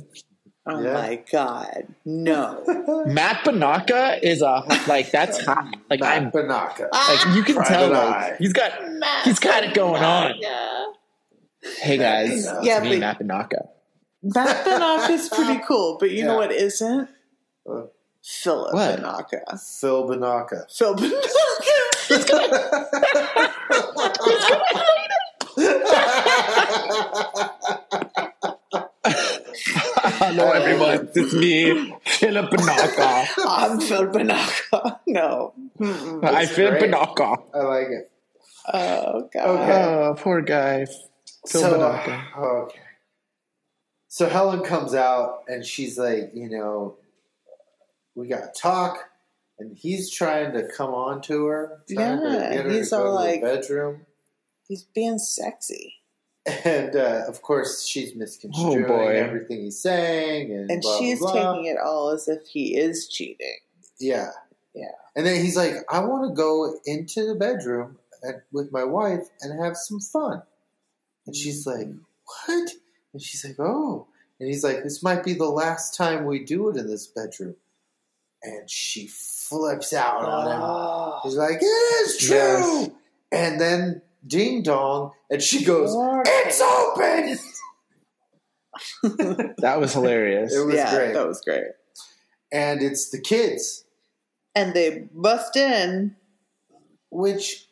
oh
Yeah.
my god. No.
Matt Banaka is a like that's hot. Like
Matt
I'm
Banaka.
like you can
Private
tell
Eye.
like, he's got he's got it going on. Hey guys,
Banaka.
Yeah,
it's me
but-
Matt Banaka.
Matt Banaka's pretty cool, but you know
Yeah.
what isn't?
What?
Philip
What?
Banaka.
Phil Banaka.
Phil Banaka.
Hello everyone, it's me Philip Banaka.
I'm Phil Banaka. No. Mm-mm.
I feel
great.
Banaka.
I like it.
Oh god.
Okay.
Oh, poor guy. Phil
so,
Banaka.
uh, okay. So Helen comes out and she's like, you know, we got to talk, and he's trying to come on to her, trying
Yeah,
to get her
he's
to go
all
to
like-
the bedroom,
He's being sexy.
and uh, of course she's misconstruing
Oh, boy.
everything he's saying, and,
And
blah, blah,
she's
blah.
taking it all as if he is cheating.
yeah,
Yeah.
And then he's like, I want to go into the bedroom and, with my wife and have some fun, and she's like, what? And she's like, oh. And he's like, this might be the last time we do it in this bedroom. And she flips out on him.
Ah. Oh,
He's like, it is true.
Yes.
And then ding dong, and she goes,
Lord.
it's open.
That was hilarious.
It was
yeah,
great.
that was great.
And it's the kids,
And they bust in.
which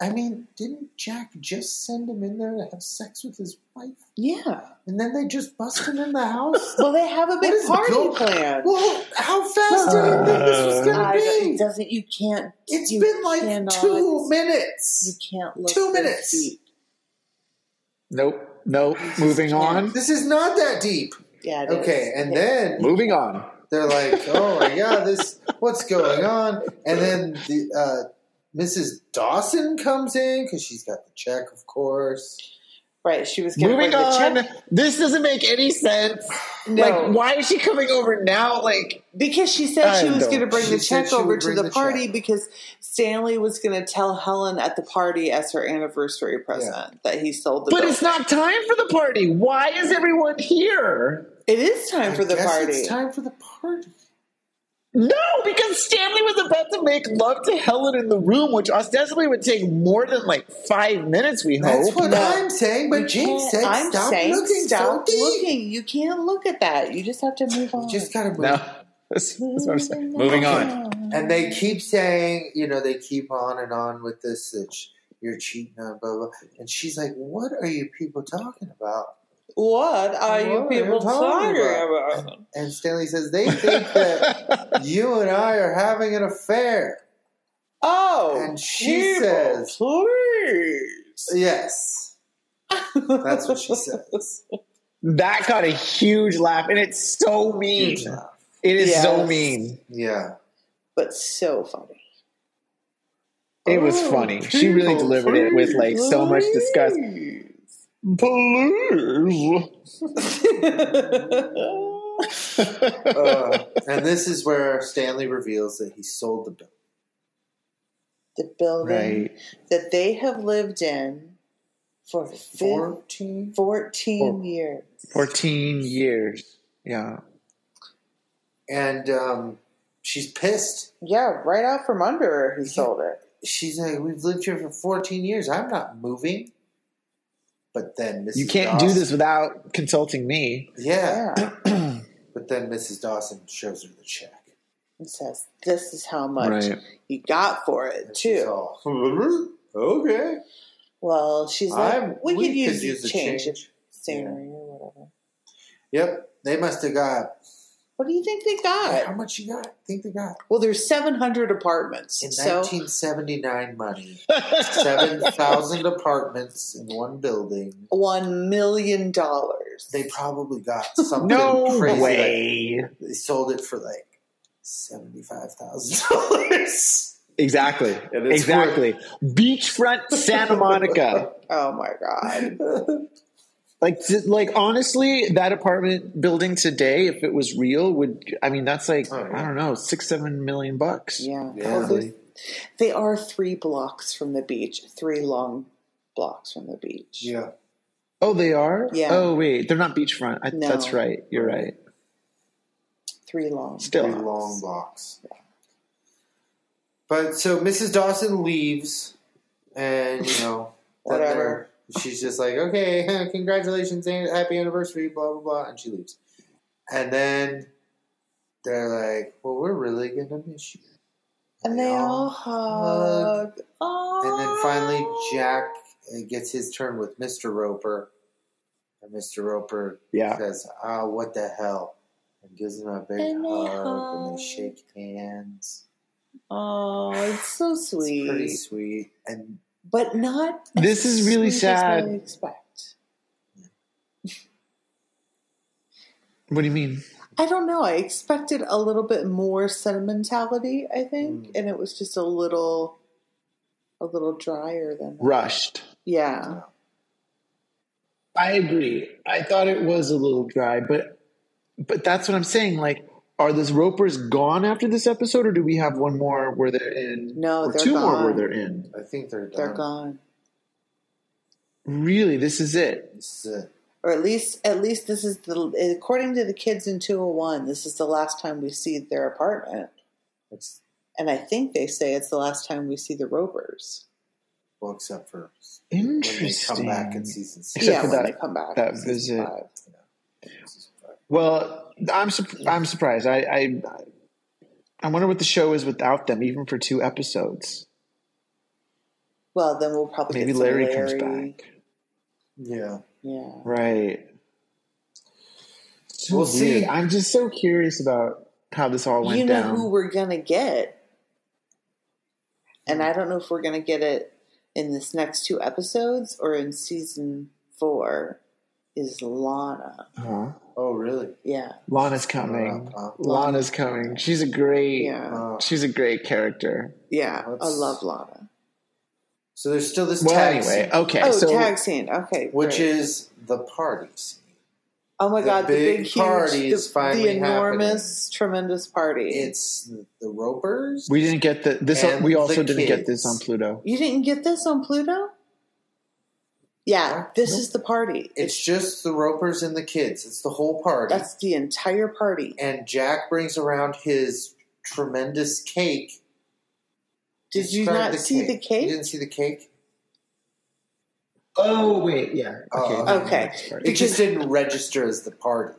I mean, didn't Jack just send him in there to have sex with his wife?
Yeah.
And then they just bust him in the house?
Well, they have a
What
big
is the
party
goal?
planned.
well, how fast did he think this was going
Uh, I
to
don't- it
be?
doesn't. You can't.
It's
you
been like
cannot-
two
You
minutes.
can't look
Two
this
minutes.
deep.
Nope. Nope. Moving on.
This is not that deep.
Yeah. it is.
Okay, and then
Moving on.
They're like, "Oh my god, this what's going on?" And then the uh, Mrs. Dawson comes in because she's got the check, of course.
right. She was gonna
Moving
bring the
on.
check.
This doesn't make any sense.
No.
Like, why is she coming over now? Like,
Because she said
I
she was
don't-
going to bring
she
the
said
check
she would
over to
bring
the,
the
party
check.
because Stanley was going to tell Helen at the party as her anniversary present that he sold the
but
building.
it's not time for the party. Why is everyone here?
It is time for
I
the
guess
party.
It's time for the party.
No, because Stanley was about to make love to Helen in the room, which ostensibly would take more than like five minutes. We
That's
hope.
what
No.
I'm saying. But James
Can't-
said,
I'm
"Stop
saying
looking
stop
so deep.
looking. You can't look at that. You just have to move on.
You just gotta move."
no, that's, that's what I'm saying. Moving on.
And they keep saying, you know, they keep on and on with this that sh- you're cheating on blah blah. And she's like, "What are you people talking about?"
What are you
What are you
people
talking
talking
about?
about?
And Stanley says, "They think that." you and I are having an affair.
Oh,
And she
people,
says-
please.
Yes. That's what she says.
That got a huge laugh, and it's so mean.
Huge laugh.
It is so
Yes.
mean.
Yeah.
But so funny.
It was
Oh,
funny. She really
people,
delivered it with like so much disgust. Please.
Uh, and this is where Stanley reveals that he sold the bill.
the building
Right.
that they have lived in for fif-
14?
14
Four.
years.
14 years. Yeah.
And um, she's pissed.
Yeah, right out from under her, he sold it.
She's like, we've lived here for 14 years. I'm not moving. But then Mrs.
You can't do
Dawson,
this without consulting me.
Yeah.
Yeah.
But then Mrs. Dawson shows her the check.
It says, this is how much you got for it,
And she's
too.
all, okay.
Well, she's like,
I'm-
we,
we
could
could
use,
use
the
a
change,
change.
of scenery or whatever.
Yep. They must have got
What do you think they got?
How much you got? Think they got
Well, there's 700 apartments.
in
so
1979 money, seven thousand apartments in one building.
$1 million. dollars.
They probably got something
No
crazy.
way.
Like, they sold it for like seventy-five thousand dollars.
Exactly.
it's
Exactly. Beachfront Santa Monica.
Oh my God.
like t- like honestly, that apartment building today, if it was real, would I mean that's like
Oh, yeah.
I don't know, six, seven million bucks.
Yeah.
Yeah.
Well, there's- they are three blocks from the beach, three long blocks from the beach.
Yeah.
Oh, they are?
Yeah.
Oh wait, they're not beachfront. I,
No.
That's right. You're right.
Three long.
Still.
Three long blocks. But so Mrs. Dawson leaves, and you know, then
Whatever.
they're- She's just like, okay, congratulations, and happy anniversary, blah blah blah, and she leaves. And then they're like, well, we're really gonna miss you.
And they all hug.
And then finally, Jack uh, gets his turn with Mr. Roper, and Mr. Roper
Yeah.
says, "Ah, what the hell," and gives him a big
And they
hug, and
hug.
they shake hands.
Oh, it's so sweet.
It's pretty sweet. And
but not. as
This is really
sweet as
sad.
I expect.
What do you mean?
I don't know. I expected a little bit more sentimentality, I think,
Mm.
and it was just a little, a little drier than that.
Rushed.
Yeah.
I agree. I thought it was a little dry, but but that's what I'm saying. Like, are those ropers gone after this episode, or do we have one more where they're in?
No,
or
they're
two more
gone.
where they're in.
I think they're done.
They're gone,
Really, this is it.
This is it.
or at least, at least this is the according to the kids in two hundred one. This is the last time we see their apartment,
It's,
and I think they say it's the last time we see the Ropers.
well, except for when they
Interesting.
come back in season six.
Except
yeah,
for
when
that-
they come back,
that
in season
visit.
five.
Well, I'm surp- I'm surprised. I, I I wonder what the show is without them, even for two episodes.
Well, then we'll probably
Maybe
get some
Larry,
Larry
comes back.
Yeah.
Yeah.
Right. So
We'll
weird.
see.
I'm just so curious about how this all went
you know
down.
who we're gonna get, and I don't know if we're gonna get it in this next two episodes or in season four. Is Lana?
huh?
Oh, really?
Yeah,
Uh-huh. Lana's coming.
Uh, uh,
Lana's coming. She's a great.
yeah,
Uh,
She's a great character.
yeah. I
let's-
love Lana.
so there's still this
Well,
tag
anyway,
scene,
okay.
oh,
so
tag scene. Okay,
which
great.
is the party scene.
oh my
the
god, the
big
big huge,
party
the,
is finally
the enormous, tremendous party.
It's the Ropers.
we didn't get the this.
And
we
the
also didn't get this
kids.
on Pluto.
you didn't get this on Pluto. Yeah,
Huh?
this is the party.
it's just the Ropers and the kids. It's the whole party.
That's the entire party.
and Jack brings around his tremendous cake.
Did you
Describe
not see the
You
cake?
didn't see the cake?
Oh wait, yeah.
Oh,
never
okay.
mind. Sorry.
It just didn't register as the party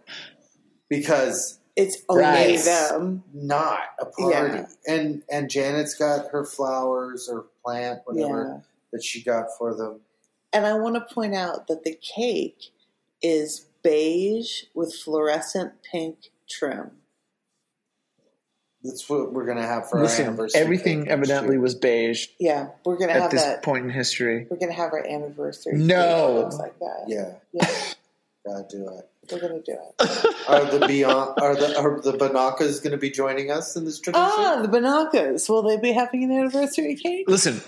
because
It's only
Right.
them.
not a party.
Yeah.
And and Janet's got her flowers or plant, whatever
Yeah.
that she got for them.
And I want to point out that the cake is beige with fluorescent pink trim.
That's what we're gonna have for our
Listen,
anniversary.
everything
cake next
evidently
year.
was beige
Yeah, we're gonna
at
have
this
that.
point in history.
We're gonna have our
No.
anniversary. cake that looks like that.
Yeah,
Yeah,
gotta do it.
we're gonna do it.
Are the beyond are the are the Banakas gonna be joining us in this tradition?
ah, the Banakas. Will they be having an anniversary cake?
Listen,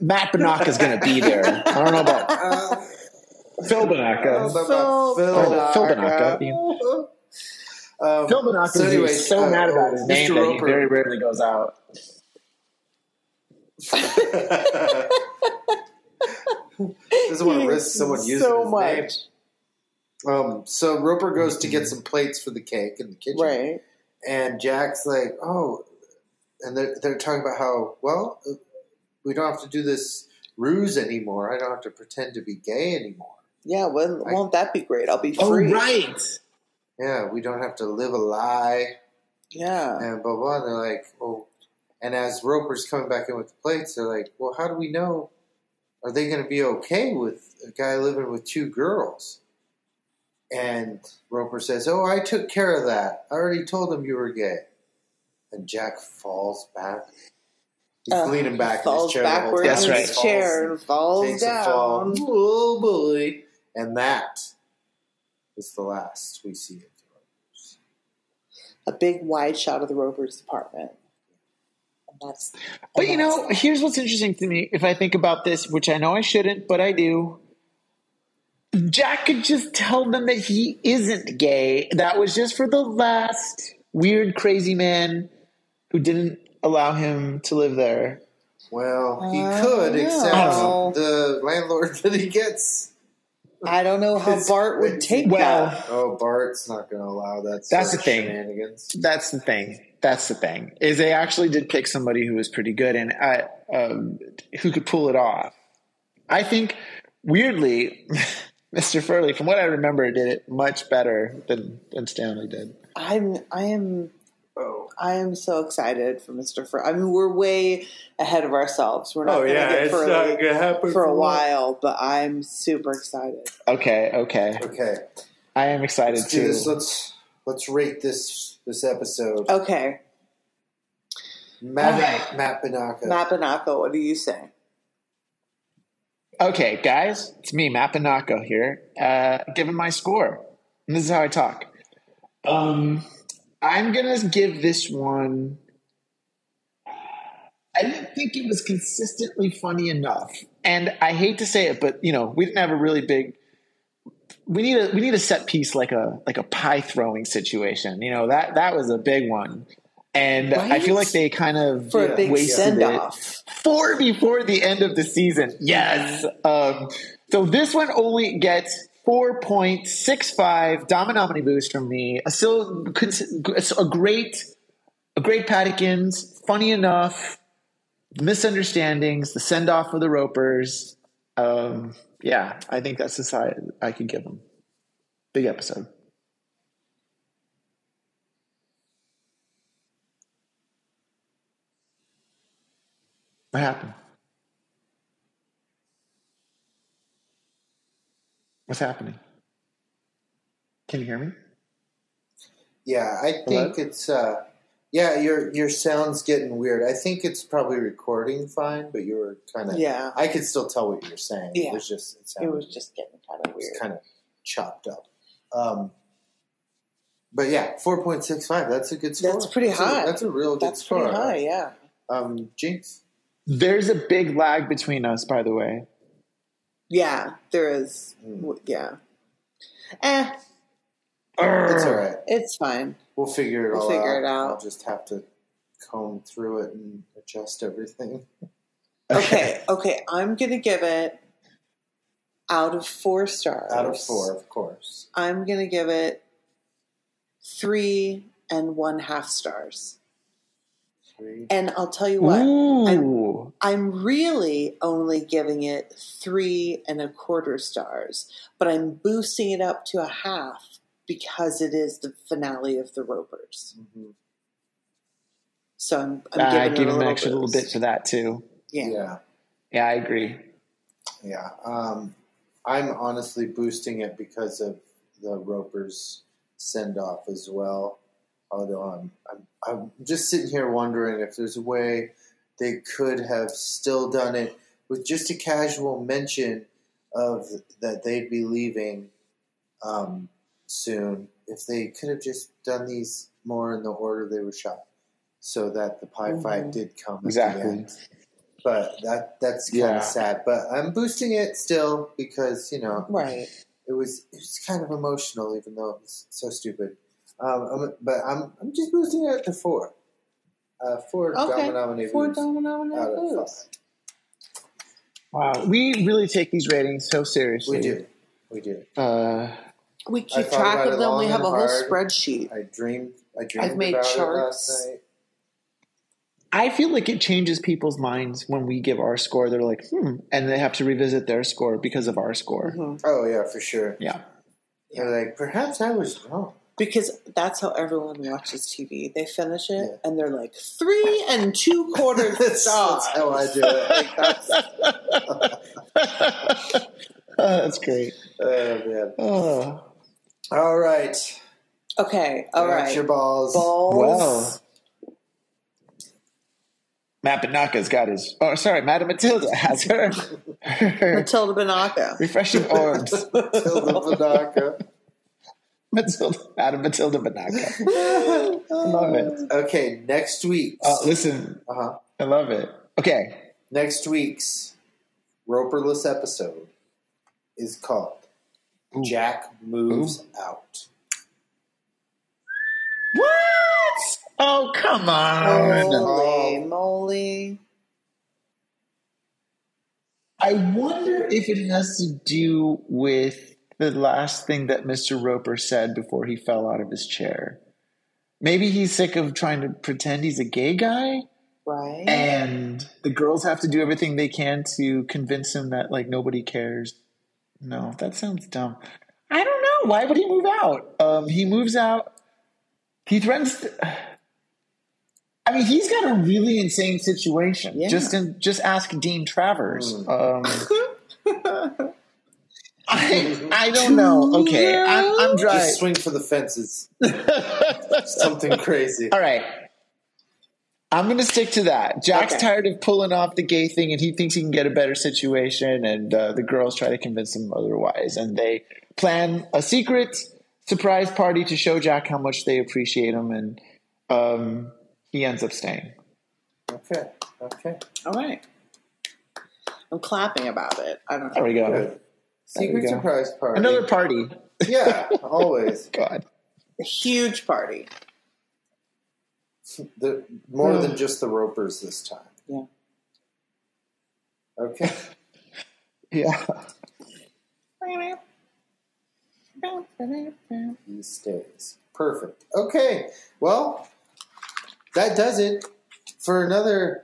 Matt Banaka is going to be there. I don't know about
Uh,
Phil
I don't
Banaka.
know about
Phil
Oh, Phil Banaka.
Um,
Phil Banaka
so anyway,
is so
uh,
mad about his
Mr.
name that he
Roper-
very rarely goes out.
Um, doesn't want to risk someone using
so
his
much,
name. Um, so Roper goes to get some plates for the cake in the kitchen,
right?
and Jack's like, "Oh," and they're they're talking about how well uh, we don't have to do this ruse anymore. I don't have to pretend to be gay anymore.
Yeah, well,
I-
won't that be great? I'll be
Oh,
free.
right.
Yeah, we don't have to live a lie.
Yeah,
and blah blah. And they're like, oh, and as Roper's coming back in with the plates, they're like, well, how do we know? Are they going to be okay with a guy living with two girls? And Roper says, oh, I took care of that. I already told him you were gay. And Jack falls back. He's
Uh,
leaning back in his
falls
chair. the whole
backwards
time.
That's
in
right.
He
his
falls
chair and falls
takes
down.
a fall. Oh boy! And that is the last we see of Roper's.
a big wide shot of the Rover's apartment. And that's
But you know, here's what's interesting to me if I think about this, which I know I shouldn't, but I do. Jack could just tell them that he isn't gay. That was just for the last weird, crazy man who didn't allow him to live there.
Well, he
I
could,
don't know.
except the landlord that he gets.
I don't know how
It's-
Bart would take
Well,
that.
Oh, Bart's not going to allow that. Sort
That's
of
the thing.
Shenanigans.
That's the thing. That's the thing. Is they actually did pick somebody who was pretty good and I, um, who could pull it off. I think, weirdly, Mr. Furley, from what I remember, did it much better than, than Stanley did.
I'm I am
Oh,
I am so excited for Mr. Fur. I mean, we're way ahead of ourselves. We're not
oh
going to
yeah,
get
it's not
Furley
going to happen
for a while, but I'm super excited.
Okay, okay.
Okay,
I am excited
let's do
too.
this. Let's let's rate this this
Oh,
episode.
Okay,
Matt Matt Banaka.
Matt Banaka, what do you say?
Okay, guys, it's me, Matt Panaco here, uh, giving my score. And this is how I talk. Um, I'm going to give this one. I didn't think it was consistently funny enough. And I hate to say it, but you know, we didn't have a really big we need a we need a set piece like a like a pie throwing situation. You know, that that was a big one. And I
Right?
feel like they kind of
For a big
wasted
send
it
off.
four before the end of the season. Yes. Um, so this one only gets 4.65 Dominominee boost from me. A still cons- a great, a great Paddykins. Funny enough, misunderstandings. The send off for the Ropers. Um, yeah, I think that's the side I could give them. Big episode. What happened? What's happening? Can you hear me?
Yeah, I think
Hello?
it's. Uh, yeah, your your sound's getting weird. I think it's probably recording fine, but you were kind of.
Yeah.
I could still tell what you were saying.
Yeah.
It was just. It,
It
sounded,
was just getting kind of weird.
kind of chopped up. Um, but yeah, four point six five. That's a good score.
That's pretty
a-
high.
that's a real good
That's
score.
pretty high, yeah.
Um, Jinx.
There's a big lag between us, by the way.
Yeah, there is.
Hmm.
w- Yeah. Eh,
It's all right.
it's fine.
We'll figure it
We'll
all out.
figure it out.
I'll just have to comb through it and adjust everything.
Okay, okay. I'm going to give it out of four stars.
Out of four, of course.
I'm going to give it three and one half stars.
Three.
And I'll tell you what,
Ooh.
I'm really only giving it three and a quarter stars, but I'm boosting it up to a half because it is the finale of the Ropers.
Mhm.
So I'm, I'm
Ah, I
giving
give him
it a
an
little
extra little
boost.
bit for that too.
Yeah.
Yeah,
Yeah, I agree.
yeah. Um, I'm honestly boosting it because of the Roper's send off as well. Although I'm, I'm, I'm just sitting here wondering if there's a way they could have still done it with just a casual mention of that they'd be leaving um, soon. If they could have just done these more in the order they were shot, so that the pie fight
Mhm.
did come at the end.
Exactly.
but that that's kind
Yeah.
of sad. But I'm boosting it still because you know
Right.
it was it was kind of emotional, even though it was so stupid. Um, I'm, but I'm I'm just boosting it to four. Uh, four
Okay.
Domino
Four
Blues
domino
out of five.
moves.
Wow. We really take these ratings so seriously.
We do, we do.
Uh,
We
I
keep
thought
track
about
of
it
them.
long
We have a
and
whole
hard.
spreadsheet.
I dreamed I dreamed
made
about
charts.
it last night.
I feel like it changes people's minds when we give our score. They're like, hmm, and they have to revisit their score because of our score.
Mhm.
Oh yeah, for sure.
Yeah.
You're like perhaps I was wrong.
Because that's how everyone watches TV. They finish it
Yeah.
and they're like, three and two quarters
that's,
stars.
that's how I do it. Like, that's,
Oh, that's great.
oh, man.
Oh.
All right,
Okay, all
Get out
right.
your balls.
Balls.
Well. Matt Banaka's got his. Oh, sorry, Madam Matilda has her, her
Matilda Banaka.
refreshing orbs.
Tilda Banaka.
Matilda, Madam Matilda Banaka. I love it.
Okay, next week's
Uh, listen,
uh-huh.
I love it. Okay,
next week's Roperless episode is called
Ooh.
Jack Moves Out.
What? Oh, come on.
Holy moly.
I wonder if it has to do with the last thing that Mr. Roper said before he fell out of his chair. Maybe he's sick of trying to pretend he's a gay guy,
Right?
and the girls have to do everything they can to convince him that like nobody cares. No, that sounds dumb. I don't know. Why would he move out? Um, he moves out. He threatens. To, I mean, he's got a really insane situation.
Yeah.
Just in, just ask Dean Travers. Um, I, I don't know. Okay, I'm, I'm dry.
Just swing for the fences. Something crazy.
All right. I'm going to stick to that. Jack's
Okay.
tired of pulling off the gay thing and he thinks he can get a better situation. And uh, the girls try to convince him otherwise. And they plan a secret surprise party to show Jack how much they appreciate him. And um, he ends up staying.
Okay, okay.
All right. I'm clapping about it. I don't
There
know.
we go.
Good.
we
Secret
go.
surprise party.
Another party.
yeah, always.
God.
A huge party.
The, more than just the ropers this time.
Yeah.
Okay.
Yeah.
He stays. Perfect. Okay. Well, that does it for another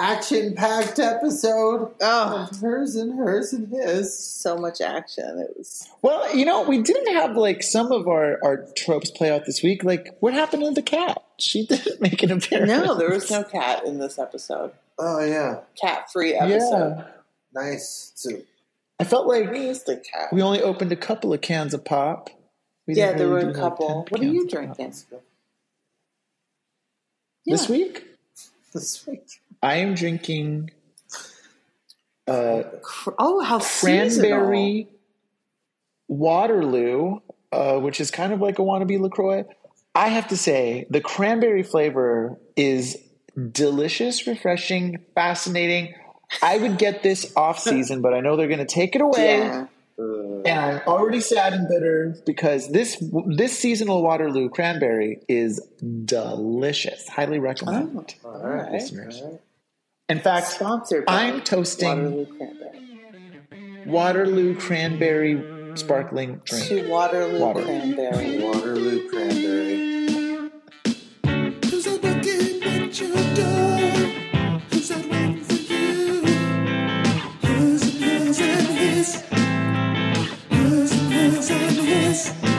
action packed episode
Oh,
of Hers and Hers and His.
so much action. It was.
Well, you know, we didn't have like some of our, our tropes play out this week. Like, what happened to the cat? She didn't make an appearance.
No, there was no cat in this episode.
Oh, yeah.
Cat free episode.
Yeah.
Nice. So,
I felt like
Where's the cat?
we only opened a couple of cans of pop. We
yeah,
didn't
there
really
were a
do, like,
couple.
10
What are
cans
you
of pop.
drinking?
This
Yeah.
week,
This week.
I am drinking uh,
Cr- Oh, how seasonal.
cranberry Waterloo, uh, which is kind of like a wannabe LaCroix. I have to say, the cranberry flavor is delicious, refreshing, fascinating. I would get this off season, but I know they're going to take it away.
Yeah.
Uh,
And I'm already sad and bitter because this this seasonal Waterloo cranberry is delicious. Highly recommend.
all right.
Listeners.
All right.
In fact,
Sponsored by
I'm toasting
Waterloo Cranberry.
Waterloo cranberry sparkling drink.
To Waterloo
Water.
Cranberry.
Waterloo Cranberry.
Who's that knocking at your door? Who's that waiting for you? Who's the blues and his? Who's the blues and his?